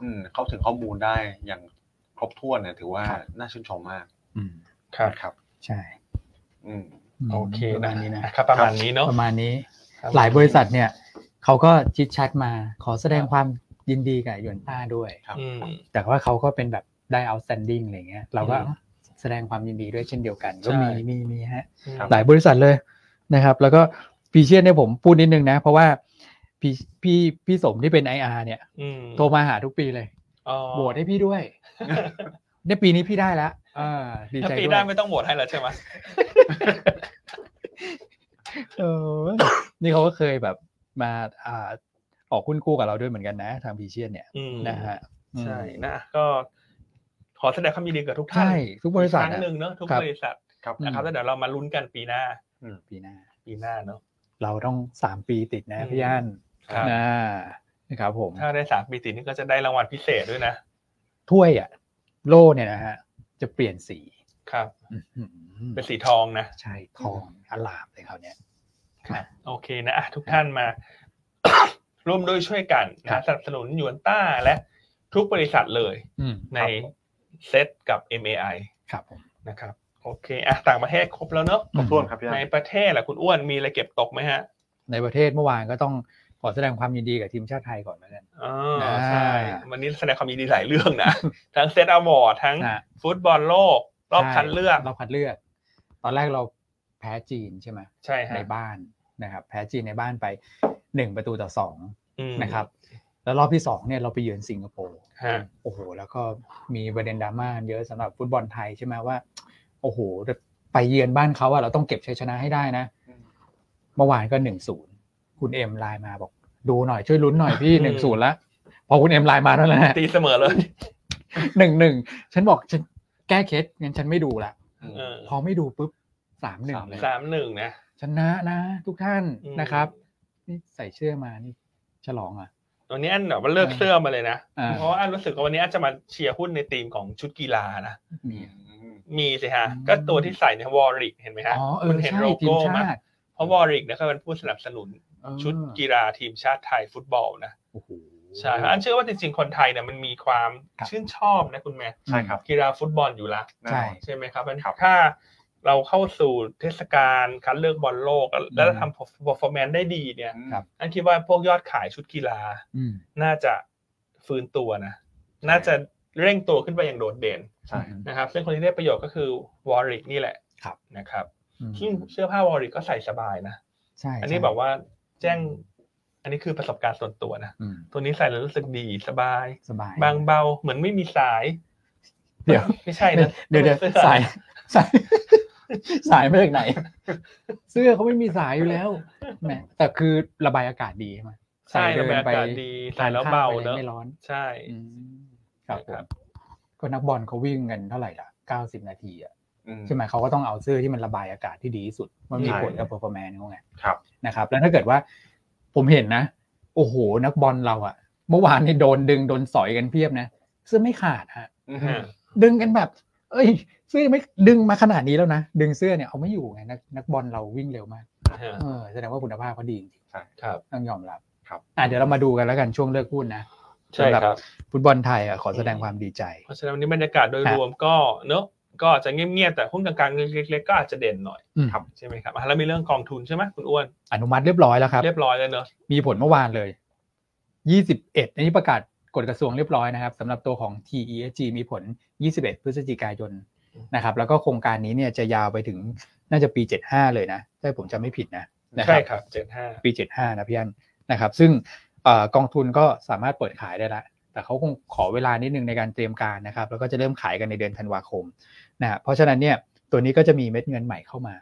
อืมเข้าถึงข้อมูลได้อย่างครบถ้วนเนี่ย ถือว่า
ครับ
น่าชื่นชมมาก
อืม
ครับ
นะครับ
ใช่
อืม
ม
โอเค
ประ
นะ
มาณนี้นะ
ครับประมาณนี้เนาะ
ประมาณนี้
ค
หลายบริษัทเนี่ยเขาก็ชิดชัดมาขอแสดงความยินดีกับหยวนต้าด้วย
ครับ
อืม
แต่ว่าเขาก็เป็นแบบได้ outstanding อะไรเงี้ย เราก็
อืม
แสดงความยินดีด้วยเช่นเดียวกัน ก็มี
ใช่
มีมีฮะ
ครับ
หลายบริษัทเลยนะครับ แล้วก็พีเชียนเนี่ยผมพูดนิดนึงนะ เพราะว่าพี่พี่พี่สมที่เป็น IR เนี่ย
อืม
โทรมาหาทุกปีเลย
อ๋อ
โหวตให้พี่ด้วยในยปีนี้พี่ได้แล้วอ่าดี
ถ้า
ใจ
ปี
ด้
ห
ว
น้าย ไม่ต้องโหวตให้แล้วใช่ไหม
เออนี่เขาก็เคยแบบมาอ่าออกคุ้นคู่กับเราด้วยเหมือนกันนะ ทางพีเชียนเนี่ย
อืม
นะฮะอืม
ใช่นะก็ขอแสดงความยินดีกับทุกท่าน
ใช่ทุกบริษัท
อีกครั้
อะ
งหนึ่งเนอะทุก
ครับ
บริษัท
ครับ
นะครับแล้วเดี๋ยวเรามาลุ้นกันปีหน้า
ปีหน้า
ปีหน้าเนาะ
เราต้องสามปีติดนะ
อืม
พี่อัน
ครับ
นะนะครับผม
ถ้าได้สามปีติดนี่ก็จะได้รางวัลพิเศษด้วยนะ
ถ้วยอ่ะ โล่เนี่ยนะฮะ จะเปลี่ยนสี
ครับ
อื้อหือ
เป็นสีทองนะ
ใช่ทองอลามเลยคราวเนี้ย
โอเคนะอ่ะทุกท่านมา <coughs> ร่วมด้วยช่วยกัน
ครั
นะ
บ
สนับสนุนหยวนต้าและทุกบริษัทเลย
อืม
ในเซตกับ MAI
ครับผม
นะครับ โอเคอ่ะต่างประเทศครบแล้วเนอะ
ครบถ้วนครับพี่อั
ใน
น
ประเทศล่ะคุณอ้วนมีอะไรเก็บตกไหมฮะ
ในประเทศเมื่อวานก็ต้องขอแสดงความยินดีกับทีมชาติไทยก่อนแล้วกัน
อ๋อ
อ่า
ใช่ วันนี้แสดงความยินดีหลายเรื่องนะ ทั้งเซตอวอร์ดทั้ง
นะ
ฟุตบอลโลก รอบ
ใช่
คัดเลือก
รอบคัดเลือก ตอนแรกเราแพ้จีนใช่ไหม
ใช่ฮะ
ในบ้านนะครับ แพ้จีนในบ้านไปหนึ่งประตูต่อสอง
อืม
นะครับ แล้วรอบที่สองเนี่ยเราไปเยือนสิงคโปร์
ฮะ
โอ้โห แล้วก็มีประเด็นดราม่าเยอะสำหรับฟุตบอลไทยใช่ไหมว่า โอ้โห ไปเยือนบ้านเขาอะเราต้องเก็บชัยชนะให้ได้นะ เมื่อวานก็หนึ่งศูนย์คุณเอ็มไลน์มาบอก ดูหน่อยช่วยลุ้นหน่อยพี่หนึ่งศูนย์ละพอคุณเอ็มไลน์มาแล้วนะ
ตีเสมอเลย
หนึ่งหนึ่งฉันบอกฉันแก้เคสงั้นฉันไม่ดูละ
อืม
เออ
พอไม่ดูปุ๊บสามหนึ่งเลย
สามหนึ่งนะ
ชนะนะทุกท่าน
อืม
นะครับ นี่ใส่เสื้อมานี่ฉลองอ่ะ
วันนี้อันแบบว่าเลิกเสื้อมาเลยนะ
อ่า
เพราะว่าอันรู้สึกว่าวันนี้อันจะมาเชียร์หุ้นในธีมของชุดกีฬานะ
มี
มีสิฮะ
อืม
ก็ตัวที่ใส่เนี่ยวอริกเห็นไหมฮะ
อ๋อเอ
คุ
อ
ณเห็น
ใช่
โล
ทีม
โก้มา
ชาติ
เพราะวอริกเนี่ยเขาเป็นผู้สนับสนุน
เออ
ชุดกีฬาทีมชาติไทยฟุตบอลนะ
โอ้โห
ใช่อันเชื่อว่าจริงๆคนไทยเนี่ยมันมีความ
ครับ
ชื่นชอบนะคุณแม่
ใช่ครับ
กีฬาฟุตบอลอยู่ละ
แน่น
ใช่
อน
ใช่ไหมครับมัน
ครับ
ถ้าเราเข้าสู่เทศกาลคัดเลือกบอลโลก แล้วแล้ว
อืม
เราทำ performance ได้ดีเนี่ย
ครับ
อันคิดว่าพวกยอดขายชุดกีฬา
อืม
น่าจะฟื้นตัวนะ น่าจะเร่งตัวขึ้นไปอย่างโดดเด่น
ใช่
นะครับ ซึ่งคนที่ได้ประโยชน์ก็คือวอริกนี่แหละ
ครับ
นะครับ
อืม
ซึ่งเสื้อผ้าวอริกก็ใส่สบายนะ
ใช่
อันนี้
ใช่
บอกว่าแจ้ง อันนี้คือประสบการณ์ส่วนตัวนะ
อืม
ตัวนี้ใส่แล้วรู้สึกดีสบาย
สบาย
บางเบาเหมือนไม่มีสาย
เดี๋ยว
ไม่ใช่นะ
เดี๋ยวเดี๋ยว
สื้อ
สาย <laughs> สายสายมาจากไหน เสื้อเขาไม่มีสายอยู่แล้วแหมแต่คือระบายอากาศดีใช่ไหม
ใช่ระบายอากาศ
เน
ดีใส่แล้วเบา
ท
เน
นข้ว
อะ
ไปไม่ร้อน
ใช่
อืมครับผ
ครั
ม
บ
ก็นักบอลเขาวิ่งกันเท่าไหร่ล่ะเก้าสิบนาทีอ่ะ
อืม
ใช่ไหมเขาก็ต้องเอาเสื้อที่มันระบายอากาศที่ดีที่สุด มันมี
ใช่
ผลกับเ e อร์ฟอร์แมนซ์เขาไง
ครับ
นะครับแล้วถ้าเกิดว่าผมเห็นนะ โอ้โห นักบอลเราอะเมื่อวานนี่โดนดึงโดนสอยกันเพียบนะเสื้อไม่ขาดฮะ
อืม
ฮะ
ดึงกันแบบ เอ้ย เสื้อไม่ดึงมาขนาดนี้แล้วนะดึงเสื้อเนี่ยเอาไม่อยู่ไงนักนักบอลเราวิ่งเร็วมาก
ฮะ
เออแสดงว่าคุณภาพเขาดีจริง
ครับ
ๆต้องยอมรับ
ครับ
อ่ะเดี๋ยวเรามาดูกันแล้วกันช่วงเลิกพูดนะ
ใช่
สำห
ครับ
ฟุตบอลไทยอะขอแสดงความดีใจ
เพราะฉะนั้นวันนี้บรรยากาศโดย
ครับ
รวมก็เนอะก็อาจจะเงียบๆแต่หุ้นกลางๆเล็กๆก็อาจจะเด่นหน่อย
อืม
ครับ
ใช่ไหมครับอ่ะแล้วมีเรื่องกองทุนใช่ไหมคุณอ้วน
อนุมัติเรียบร้อยแล้วครับ
เรียบร้อยแล้วเนอะ
มีผลเมื่อวานเลย 21 อันนี้ประกาศกฎกระทรวงเรียบร้อยนะครับสำหรับตัวของ TESG มีผล 21 พฤศจิกายนนะครับ แล้วก็โครงการนี้เนี่ยจะยาวไปถึงน่าจะปี 75 เลยนะถ้าผมจำไม่ผิดนะนะค
ใช่
รับ
ครับเจ็ดห้า
ปี 75 นะพี่อันนะครับ ซึ่งเอ่อกองทุนก็สามารถเปิดขายได้ละ แต่เขาคงขอเวลานิดนึงในการเตรียมการนะครับ แล้วก็จะเริ่มขายกันในเดือนธันวาคมนะฮะเพราะฉะนั้นเนี่ยตัวนี้ก็จะมีเม็ดเงินใหม่เข้ามา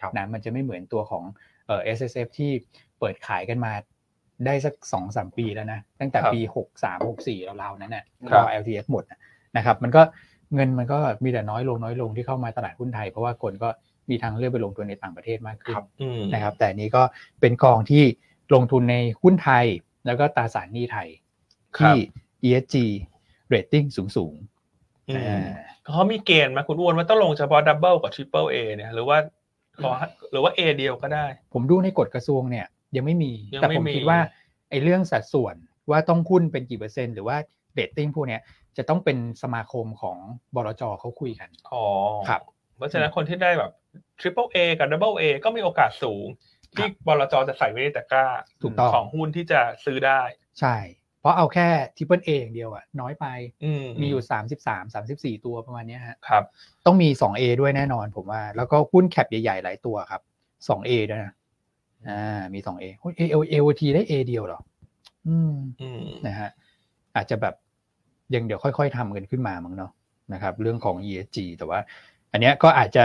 ครับ
นะมันจะไม่เหมือนตัวของ เอ่อ S S F ที่เปิดขายกันมา ได้สักสองสามปีแล้วนะ ตั้งแต่
ครับ
ปีหกสามหกสี่ราวๆนั้นน่ะ
ครับ
อ LTF หมดน่ะนะครับ มันก็เงินมันก็มีแต่น้อยลงน้อยลงที่เข้ามาตลาดหุ้นไทย เพราะว่าคนก็มีทางเลือกไปลงทุนในต่างประเทศมากขึ้น
ครับ
อืม
นะครับแต่อันนี้ก็เป็นกองที่ลงทุนในหุ้นไทย แล้วก็ตราสารหนี้ไทย
ครับ
ที่ ESG rating สูงสูงๆ
อืม
อ่า
เขามีเกณฑ์ไหมคุณอ้วนว่าต้องลงเฉพาะดับเบิลกับทริปเปิลเอเนี่ยหรือว่าขอหรือว่าเอเดียวก็ได้
ผมดูในกฎกระทรวงเนี่ยยังไม่มี
ยัง
แต่
ไม่
ผม
มี
คิดว่าไอ้เรื่องสัดส่วนว่าต้องหุ้นเป็นกี่เปอร์เซ็นต์หรือว่า rating พวกเนี้ยจะต้องเป็นสมาคมของบลจเขาคุยกัน
อ๋อ
ครับ
เพราะฉะนั้นคนที่ได้แบบทริปเปิลเอกับดับเบิลเอก็มีโอกาสสูง ที่บลจจะใส่ไว้ในตะกร้า
ถูกต้อง
ของหุ้นที่จะซื้อได้
ใช่ เพราะเอาแค่ triple A อย่างเดียวอะน้อยไป
อืม
มีอยู่ 33 34 ตัวประมาณเนี้ยฮะ
ครับ
ต้องมี 2A ด้วยแน่นอนผมว่า แล้วก็หุ้นแคปใหญ่ๆ หลายตัวครับ 2A ด้วยนะอ่ามี 2A หุ้น A O A O T ได้ A เดียวเหรอ อืม
อืม
นะฮะอาจจะแบบยังเดี๋ยวค่อยๆทำกันขึ้นมามั้งเนาะนะครับ เรื่องของ ESG แต่ว่า อันเนี้ยก็อาจจะ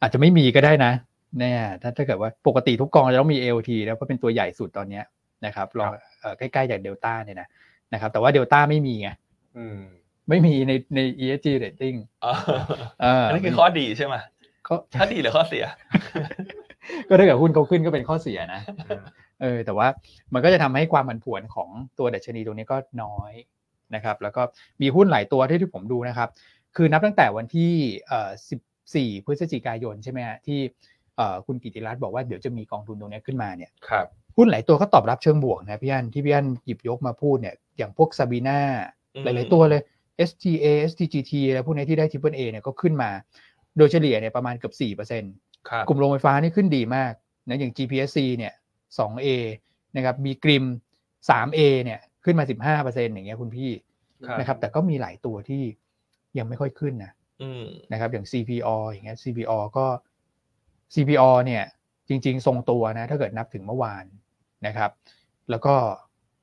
อาจจะไม่มีก็ได้นะเนี่ยถ้าถ้าเกิดว่าปกติทุกกองจะต้องมี AOT แล้วเพราะเป็นตัวใหญ่สุดตอนเนี้ยนะครับรองเอ่อใกล้ๆจากเดลต้าเนี่ยนะนะครับ แต่ว่าเดลต้าไม่มีไง
อืม
ไม่มีในใน ESG rating
อ๋อ
เออ
อัน
อั
นี้คือข้อดีใช่ไหม
เขา
ข้อดีหรือข้อเสีย
ก็ถ้าเกิดหุ้นเขาขึ้นก็เป็นข้อเสียนะ เออ แต่ว่ามันก็จะทำให้ความผันผวนของตัวดัชนีตรงนี้ก็น้อยนะครับ แล้วก็มีหุ้นหลายตัวที่ที่ผมดูนะครับ คือนับตั้งแต่วันที่เอ่อ14 พฤศจิกายนใช่ไหมฮะที่เอ่อคุณกิติรัตน์บอกว่าเดี๋ยวจะมีกองทุนตรงนี้ขึ้นมาเนี่ย
ครับ
หุ้นหลายตัวก็ตอบรับเชิงบวกนะพี่อันที่พี่อันหยิบยกมาพูดเนี่ย อย่างพวกซาบีนา
อืม
หลายๆตัวเลย STA STGT อะไรพวกนี้ที่ได้ Triple A เนี่ยก็ขึ้นมา โดยเฉลี่ยเนี่ยประมาณเกือบ4%
ครับ
กลุ่มโรงไฟฟ้านี่ขึ้นดีมากนะอย่าง GPSC เนี่ย 2A นะครับมีกริม 3A เนี่ยขึ้นมา 15%อย่างเงี้ยคุณพี่
ครับ
นะครับแต่ก็มีหลายตัวที่ยังไม่ค่อยขึ้นนะ
อืม
นะครับอย่าง CPO อย่างเงี้ย CPO ก็ CPO เนี่ยจริง ๆ ทรงตัวนะ ถ้าเกิดนับถึงเมื่อวานนะครับ แล้วก็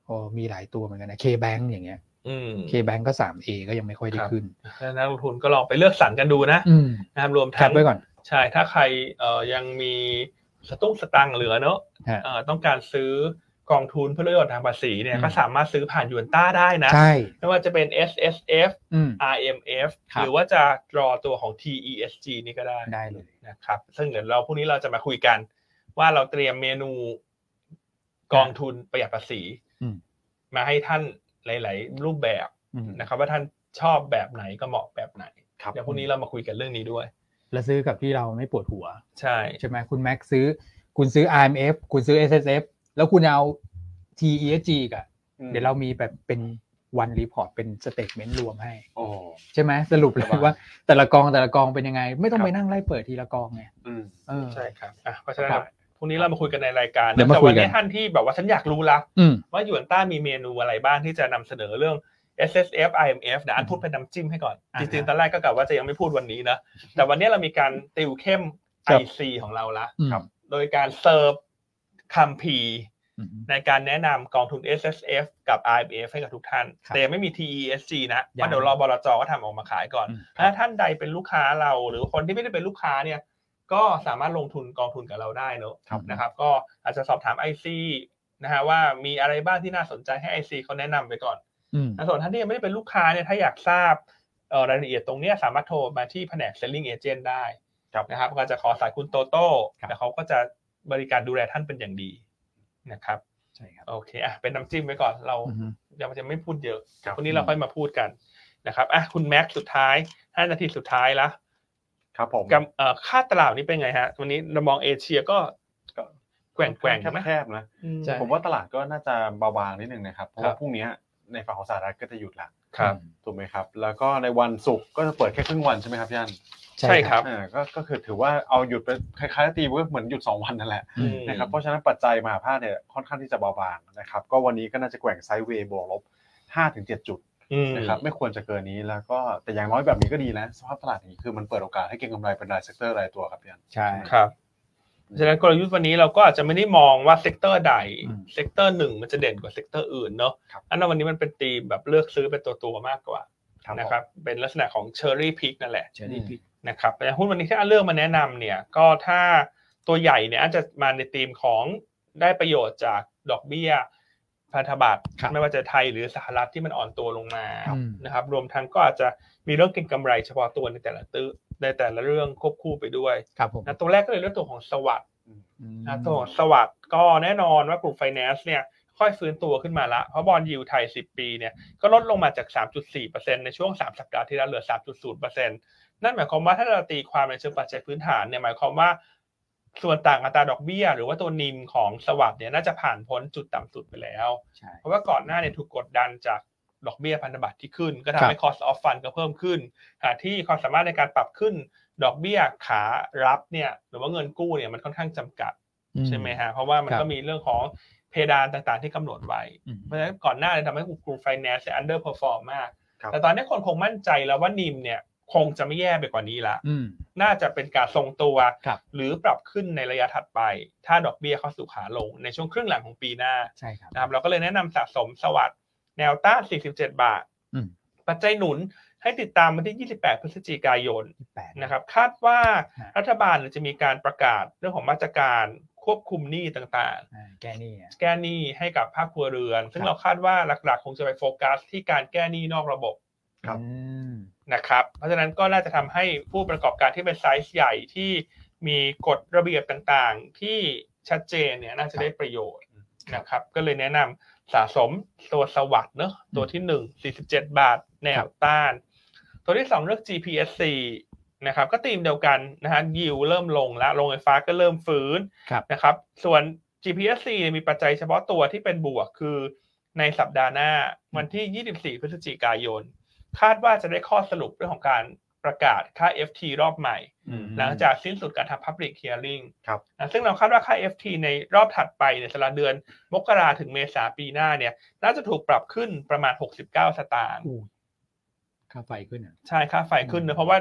โอ้มีหลายตัวเหมือนกันนะ KBank อย่างเงี้ย
อืม
KBank ก็ 3A ก็ยังไม่ค่อยได้
ครับ
ขึ้น
เพราะฉะนั้นนักลงทุนก็ลองไปเลือกสรรกันดูนะ
อืม
นะครับรวม
แค
ทั้
ป
ง
ไว้ก่อน
ใช่ถ้าใครเอ่อยังมีสตุ้งสตังค์เหลือเนอะ
ฮะ
เอ่อต้องการซื้อกองทุนเพื่อประโยชน์ทางภาษีเนี่ย
อืม
ก็สามารถซื้อผ่านยูนต้าได้นะ
ใช่
ไม่ว่าจะเป็น S S F
อืม
R M F
ครั
ห
บ
รือว่าจะรอตัวของ T E S G นี่ก็ได้
ได้เลย
นะครับซึ่งเดี๋ยวเราพรุ่งนี้เราจะมาคุยกัน ว่าเราเตรียมเมนูกองทุนประหยัดภาษี
อืม
มาให้ท่านหลาย ๆ รูปแบบ
อืม
นะครับ ว่าท่านชอบแบบไหนก็เหมาะแบบไหน
ครับ
เดี๋ยวพรุ่งนี้เรามาคุยกันเรื่องนี้ด้วย
แล้วซื้อกับที่เราไม่ปวดหัว
ใช่
ใช่ไหมคุณแม็กซ์ซื้อ คุณซื้อ IMF คุณซื้อ SSF แล้วคุณเอา TESG กับ
อืม
เดี๋ยวเรามีแบบเป็นวันรีพอร์ตเป็นสเต t เมนต์รวมให้
โอ้
ใช่ไหมสรุปเล
ครั
ย
บ
ว่า แต่ละกองแต่ละกองเป็นยังไง ไม่ต้องไปนั่งไล่เปิดทีละกองไง
อืม
เออ
ใช่ครับอ่ะเพราะฉะนั้น
ครับ
พรุ่งนี้เรามาคุยกันในรายการ
เดี๋ยวมา
แต่
คุ
วั
ยกัน
นี้ท่านที่แบบว่าฉันอยากรู้ละ
อืม
ว่าหยวนต้ามีเมนูอะไรบ้างที่จะนำเสนอเรื่อง S S F I M F นะอันพูดเป็นน้ำจิ้มให้ก่อน
อ่า
จ
ฮะ
ริงๆตอนแรกก็กะว่าจะยังไม่พูดวันนี้นะแต่วันนี้เรามีการติวเข้ม
ครับ
I C ของเราละ
อืม
โดยการเซิร์ฟคัมภีร์
อืม
ในการแนะนำกองทุน S S F กับ I M F ให้กับทุกท่าน
ครับ
แต่ยังไม่มี T E S G นะเพ
ยั
ราะ
ง
เดี๋ยวรอบลจก็ทำออกมาขายก่อน
อืม
ถ้าท่านใดเป็นลูกค้าเรา หรือคนที่ไม่ได้เป็นลูกค้าเนี่ย ก็สามารถลงทุนกองทุนกับเราได้เนอะ
ครับ
นะครับ ก็อาจจะสอบถาม IC นะฮะว่ามีอะไรบ้างที่น่าสนใจให้ IC เขาแนะนำไปก่อน
อืม
นะส่วนท่านที่ยังไม่ได้เป็นลูกค้าเนี่ยถ้าอยากทราบเอ่อรายละเอียดตรงเนี้ยสามารถโทรมาที่แผนก selling agent ได้
ครับ
นะครับก็จะขอสายคุณโตโต้
ครับ
แล้วเขาก็จะบริการดูแลท่านเป็นอย่างดีนะครับ
ใช่ครับ
โอเคอ่ะเป็นน้ำจิ้มไว้ก่อนเรา
อืม
ยังจะไม่พูดเยอะ
ครับ
วันนี้เราค่อยมาพูดกันนะครับอ่ะคุณแม็กซ์สุดท้ายห้านาทีสุดท้ายละ
ครับผม
กับเอ่อค่าตลาดนี้เป็นไงฮะ วันนี้เรามองเอเชียก็แกว่งแกว่ง
แค
ใช่
บ
ไหม
แคบๆนะ
อืม
ใช่
ผมว่าตลาดก็น่าจะเบาบางนิดนึงนะครับ เพราะ
ครับ
ว่าพรุ่งนี้ในฝั่งของสหรัฐก็จะหยุดละ
ครับ
ถูกไหมครับ แล้วก็ในวันศุกร์ก็จะเปิดแค่ครึ่งวันใช่ไหมครับพี่อัน
ใช่ครับ
อ่าก็ก็คือถือว่าเอาหยุดไปคล้ายๆตีก็เหมือนหยุดสองวันนั่นแหละ
อืม
นะครับ เพราะฉะนั้นปัจจัยมหาภาคเนี่ยค่อนข้างที่จะเบาบางนะครับ ก็วันนี้ก็น่าจะแกว่งไซด์เวย์บวกลบ5-7 จุด
อืม
นะครับไม่ควรจะเกินนี้แล้วก็แต่อย่างน้อยแบบนี้ก็ดีนะ สภาพตลาดอย่างนี้คือมันเปิดโอกาสให้เก็งกำไรเป็นรายเซกเตอร์รายตัวครับพี่อัน
ใช่
ครับฉะนั้นกลยุทธ์วันนี้เราก็อาจจะไม่ได้มองว่าเซกเตอร์ใด
อืม
เซกเตอร์หนึ่งมันจะเด่นกว่าเซกเตอร์อื่นเนาะ
ครับ
อันนั้นวันนี้มันเป็นตีมแบบเลือกซื้อเป็นตัวตัวๆมากกว่านะครับ เป็นลักษณะของเชอร์รี่พิกนั่นแหละ
เชอรี่พิก
นะครับแต่หุ้นวันนี้ที่อันเลือกมาแนะนำเนี่ยก็ถ้าตัวใหญ่เนี่ยอันจะมาในธีมของได้ประโยชน์จากดอกเบี้ย พันธบัตร
ครับ
ไม่ว่าจะไทยหรือสหรัฐที่มันอ่อนตัวลงมา
อืม
นะครับรวมทั้งก็อาจจะมีเรื่องเก็งกำไรเฉพาะตัวในแต่ละตื้อในแต่ละเรื่องควบคู่ไปด้วย
ครับผม
นะตัวแรกก็เลยเรื่องตัวของสวัสด
อืม
นะตัวสวัสด์ก็แน่นอนว่ากลุ่มไฟแนนซ์เนี่ยค่อยฟื้นตัวขึ้นมาละ เพราะบอลยิวไทย 10 ปีเนี่ยก็ลดลงมาจาก 3.4%ในช่วง 3 สัปดาห์ที่แล้วเหลือ 3.0%นั่นหมายความว่าถ้าเราตีความในเชิงปัจจัยพื้นฐานเนี่ยหมายความว่า ส่วนต่างอัตราดอกเบี้ย หรือว่าตัวนิมของสวัสด์เนี่ยน่าจะผ่านพ้นจุดต่ำสุดไปแล้ว
ใช่
เพราะว่าก่อนหน้าเนี่ยถูกกดดันจากดอกเบี้ยพันธบัตรที่ขึ้น ก็
ครั
ทำ
บ
ให้ cost of fund ก็เพิ่มขึ้นหาที่ความสามารถในการปรับขึ้น ดอกเบี้ยขารับเนี่ยหรือว่าเงินกู้เนี่ยมันค่อนข้างจำกัด
อื
ใช่ไหมฮะเพราะว่ามัน
ครับ
ก็มีเรื่องของเพดานต่างๆที่กำหนดไว้
อืม
เพราะฉะนั้นก่อนหน้าเนี่ยทำให้กลุ่มไฟแนนซ์อันเดอร์เพอร์ฟอร์มมาก
ครับ
แต่ตอนนี้คนคงมั่นใจแล้วว่านิมเนี่ยคงจะไม่แย่ไปกว่านี้ละ
อืม
น่าจะเป็นการทรงตัว
ครับ
หรือปรับขึ้นในระยะถัดไป ถ้าดอกเบี้ยเข้าสู่ขาลงในช่วงครึ่งหลังของปีหน้า
ใช่ครับ
นะครับเราก็เลยแนะนำสะสมสวัสด์แนวต้าน 47 บาท
อืม
ปัจจัยหนุนให้ติดตามวันที่ 28 พฤศจิกายน
แปด
นะครับคาดว่า
ฮะ
รัฐบาลเนี่ยจะมีการประกาศเรื่องของมาตรการควบคุมหนี้ต่าง
อ่าแก้หนี่อ่ะ
ๆ แก้หนี้ให้กับภาคครัวเรือน ซึ่
ครั
ง
บ
เราคาดว่าหลักๆ คงจะไปโฟกัสที่การแก้หนี้นอกระบบ
ครับ
อืม
นะครับเพราะฉะนั้นก็น่าจะทำให้ผู้ประกอบการที่เป็นไซส์ใหญ่ที่มีกฎระเบียบต่างๆ ที่ชัดเจนเนี่ยน่าจะได้ประโยชน์นะครับก็เลยแนะนำสะสมตัวสวัสด์เนอะตัวที่หนึ่ง47 บาทแน
ครั
ว
บ
ต้าน ตัวที่สองเลือก GPSC นะครับก็ธีมเดียวกันนะฮะยิวเริ่มลงแล้วโรงไฟฟ้าก็เริ่มฟื้น
ครับ
นะครับส่วน GPSC เนี่ยมีปัจจัยเฉพาะตัวที่เป็นบวกคือในสัปดาห์หน้าวันที่ 24 พฤศจิกายน คาดว่าจะได้ข้อสรุปเรื่องของการประกาศค่า FT รอบใหม่
อืม
หลังจากสิ้นสุดการทำ Public Hearing
ครับ
นะซึ่งเราคาดว่าค่า FT ในรอบถัดไปในยสำหรับเดือนมกราถึงเมษาปีหน้าเนี่ยน่าจะถูกปรับขึ้นประมาณ 69 สตางค์
อู้ค่าไฟขึ้นอ่ะ
ใช่ค่าไฟขึ้น
อื
นะ
ม
เพราะว่า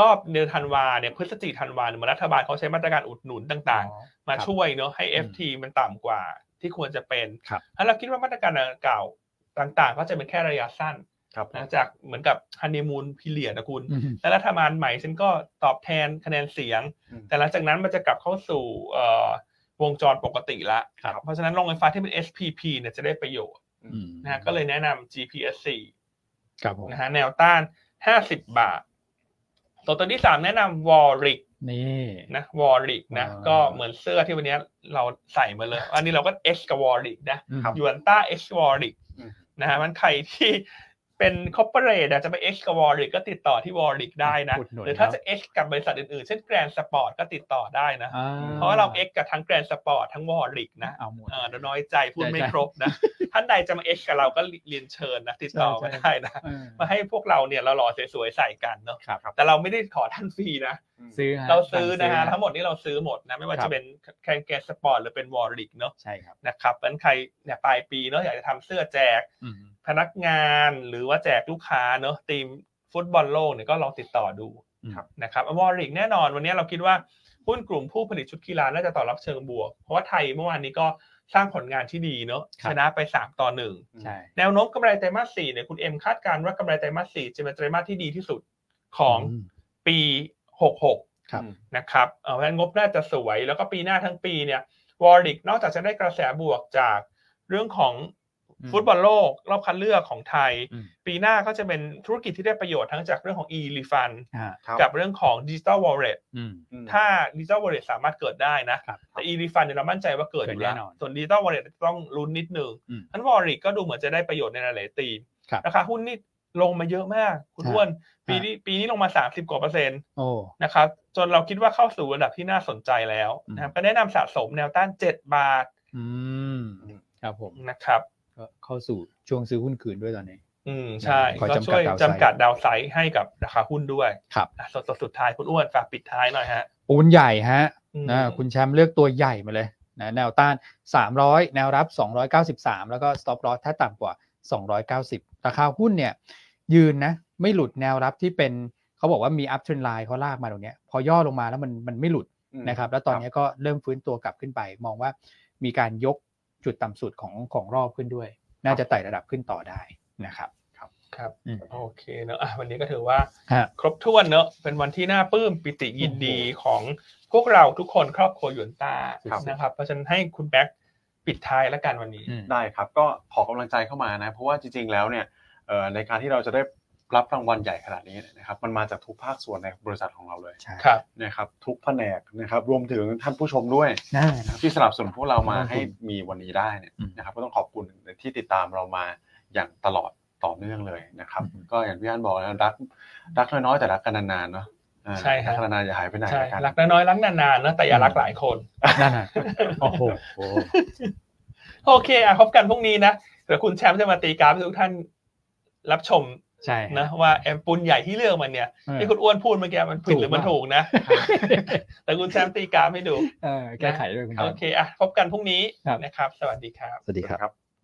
รอบเดือนธันวาเนี่ยพฤศจิกธันวาเนี่ยเหมือนรัฐบาลเขาใช้มาตรการอุดหนุนต่าง
อ๋อ
ๆ มา
ครับ
ช่วยเนาะให้
อืม
FT มันต่ำกว่าที่ควรจะเป็น
ครับ
แล้วเราคิดว่ามาตรการดังกล่าวต่างๆ ก็จะเป็นแค่ระยะสั้น
ครับ
นะจากเหมือนกับฮันนีมูนพิเลียนะคุณ
อืม
และรัฐบาลใหม่ฉันก็ตอบแทนคะแนนเสียง
อืม
แต่หลังจากนั้นมันจะกลับเข้าสู่เอ่อวงจรปกติละ
ครับ
เพราะฉะนั้นโรงไฟฟ้าที่เป็น SPP เนี่ยจะได้ประโยชน์
อืม
นะฮะก็เลยแนะนำ GPSC
ครับผม
นะฮะแนวต้าน 50 บาท ตัวตัวที่ 3 แนะนำวอริก
นี่
นะวอริกนะ
อ่า
ก็เหมือนเสื้อที่วันนี้เราใส่มาเลย อันนี้เราก็ H กับวอริกนะ
อืม
ครับ
ยูนต้า H วอริก
อืม
นะฮะมันใครที่เป็นคอ r p เปอเรทจะไป H กับวอริกก็ติดต่อที่วอริกได้นะ
อุดหนุน
หรือถ้า
ครับ
จะ H กับบริษัทอื่นๆ เช่นแกรนสปอร์ตก็ติดต่อได้นะ
อ่
เพราะว่าเรา X กับทั้งแกรนสปอร์ตทั้งวอริกนะ
เอาหมด
เออเดี๋ยวน้อยใจพูดไม่
ใช่
ครบนะ
<laughs>
ท่านใดจะมา X กับเราก็เรียนเชิญนะ ติดต่อ
ใช่
มา
ใช่
ได้นะ
เออ
มาให้พวกเราเนี่ยเราหล่อสวยๆใส่กันเนาะ
ครับ
แต่เราไม่ได้ขอท่านฟรีนะ
ซื้อฮะ
เราซื้อนะฮะ
สั่งซื้
ทั้งหมดนี่เราซื้อหมดนะ ไม่ว่า
ครับ
จะเป็นแคนแกนสปอร์ตหรือเป็นวอริกเนาะ
ใช่ครับ
นะครับงั้นใครเนี่ยปลายปีเนาะอยากจะทำเสื้อแจก
อืม
พนักงานหรือว่าแจกลูกค้าเนาะทีมฟุตบอลโลกเนี่ยก็ลองติดต่อดู
ครับ
นะครับวอริกแน่นอนวันนี้เราคิดว่าหุ้นกลุ่มผู้ผลิตชุดกีฬาน่าจะตอบรับเชิงบวก เพราะว่าไทยเมื่อวานนี้ก็สร้างผลงานที่ดีเนาะชนะไปสามต่อหนึ่ง
ใช่
แนวโน้มกำไรไตรมาสสี่เนี่ยคุณเอ็มคาดการณ์ว่ากำไรไตรมาสสี่จะเป็นไตรมาสที่ดีที่สุดของปี 66
ครับ
นะครับเอ่อเพราะฉะนั้นงบน่าจะสวย แล้วก็ปีหน้าทั้งปีเนี่ยวอริกนอกจากจะได้กระแสบวกจากเรื่องของ
อืม
ฟุตบอลโลก รอบคัดเลือกของไทย
อืม
ปีหน้าก็จะเป็นธุรกิจที่ได้ประโยชน์ทั้งจากเรื่องของ e-refund
อ่า
ครับ
กับเรื่องของ Digital Wallet
อืม
อืม
ถ้า Digital Wallet สามารถเกิดได้นะครับ แต่ e-refund เนี่ยเรามั่นใจว่าเกิดอยู่แล้ว
เกิดแน่นอน
ส่วน Digital Wallet ต้องลุ้นนิดนึง
อืม
ทั้นวอริกก็ดูเหมือนจะได้ประโยชน์ในหลายๆตีม
ครับ
ราคาหุ้นนี่ลงมาเยอะมากคุณ
ฮะ
อ้วนปี
ฮะ
นี้ปีนี้ลงมา 30 กว่าเปอร์เซ็นต์
โอ้
นะครับจนเราคิดว่าเข้าสู่ระดับที่น่าสนใจแล้วนะครับก็แนะนำสะสมแนวต้าน 7 บาท
อืม ครับผม
นะครับ
ก็เข้าสู่ช่วงซื้อหุ้นคืนด้วยตอนนี้
อืมใช่
ขอ
ก็
จำกัด
ช่วย
downside
จำกัดดาวไซด์ให้กับราคาหุ้นด้วย
ครับ
อ่ะสดสดสุดท้ายคุณอ้วนฝากปิดท้ายหน่อยฮะ
ปูนใหญ่ฮะ
อืม
นะคุณแชมป์เลือกตัวใหญ่มาเลยนะแนวต้าน 300 แนวรับ 293 แล้วก็ stop loss ถ้าต่ำกว่า 290 ราคาหุ้นเนี่ยยืนนะไม่หลุดแนวรับที่เป็นเขาบอกว่ามี up trend line เขาลากมาตรงเนี้ยพอย่อลงมาแล้วมันมันไม่หลุดนะครับแล้วตอนเนี้ยก็เริ่มฟื้นตัวกลับขึ้นไป มองว่ามีการยกจุดต่ำสุดของของรอบขึ้นด้วย น่าจะไต่ระดับขึ้นต่อได้นะครับ
ครับ
อืม
โอเคเนอะอ่ะวันนี้ก็ถือว่า
ฮะ
ครบถ้วนเนอะเป็นวันที่น่าปลื้มปิติยินดีของพวกเราทุกคนครอบครัวหยวนตา
ครับ
นะครับ เพราะฉะนั้นให้คุณแบ็ค ปิดท้ายแล้วกันวันนี้
อืม
ได้ครับก็ขอกำลังใจเข้ามานะ เพราะว่าจริงๆแล้วเนี่ยเอ่อในการที่เราจะได้รับรางวัลใหญ่ขนาดนี้นะครับมันมาจากทุกภาคส่วนในบริษัทของเราเลย
ใช่
ครับ
นะครับทุกแผนกนะครับรวมถึงท่านผู้ชมด้วย
น่านะครับ
ที่สนับสนุนพวกเรามา
ขอบคุณ
ให้มีวันนี้ได้เนี่ย
อืม
นะครับก็ต้องขอบคุณที่ติดตามเรามาอย่างตลอดต่อเนื่องเลยนะครับ
อืม
ก็อย่างพี่อันบอกนะรักรักน้อยๆแต่รักกันนานๆเนาะอ่า
ใช่ครับ
รักกันนานๆอย่าหายไปไหน
ใช่
แล้วกัน
รักน้อยๆรักนานๆนะแต่อย่ารักหลายคน
นั่นน่ะ
<laughs>
โอ้โห
โอเคอ่ะพบกันพรุ่งนี้นะเดี๋ยวคุณแชมป์จะมาตีกราฟให้ทุกท่านรับชม
ใช่
นะว่าแอมปูนใหญ่ที่เลือกมันเนี่ย
เออ
ที่คุณอ้วนพูดเมื่อกี้มันผิดหรือมัน
ถู
ถู
ก
ก
มา
นะ แต่คุณแชมป์ตีกราฟให้ดู
เออแก้ไขด้วยคุณ
โอ
ดาว
เคอ่ะพบกันพรุ่งนี้
ครับ
นะครับ สวัสดีครับ
สวัสดีครับ
ครับ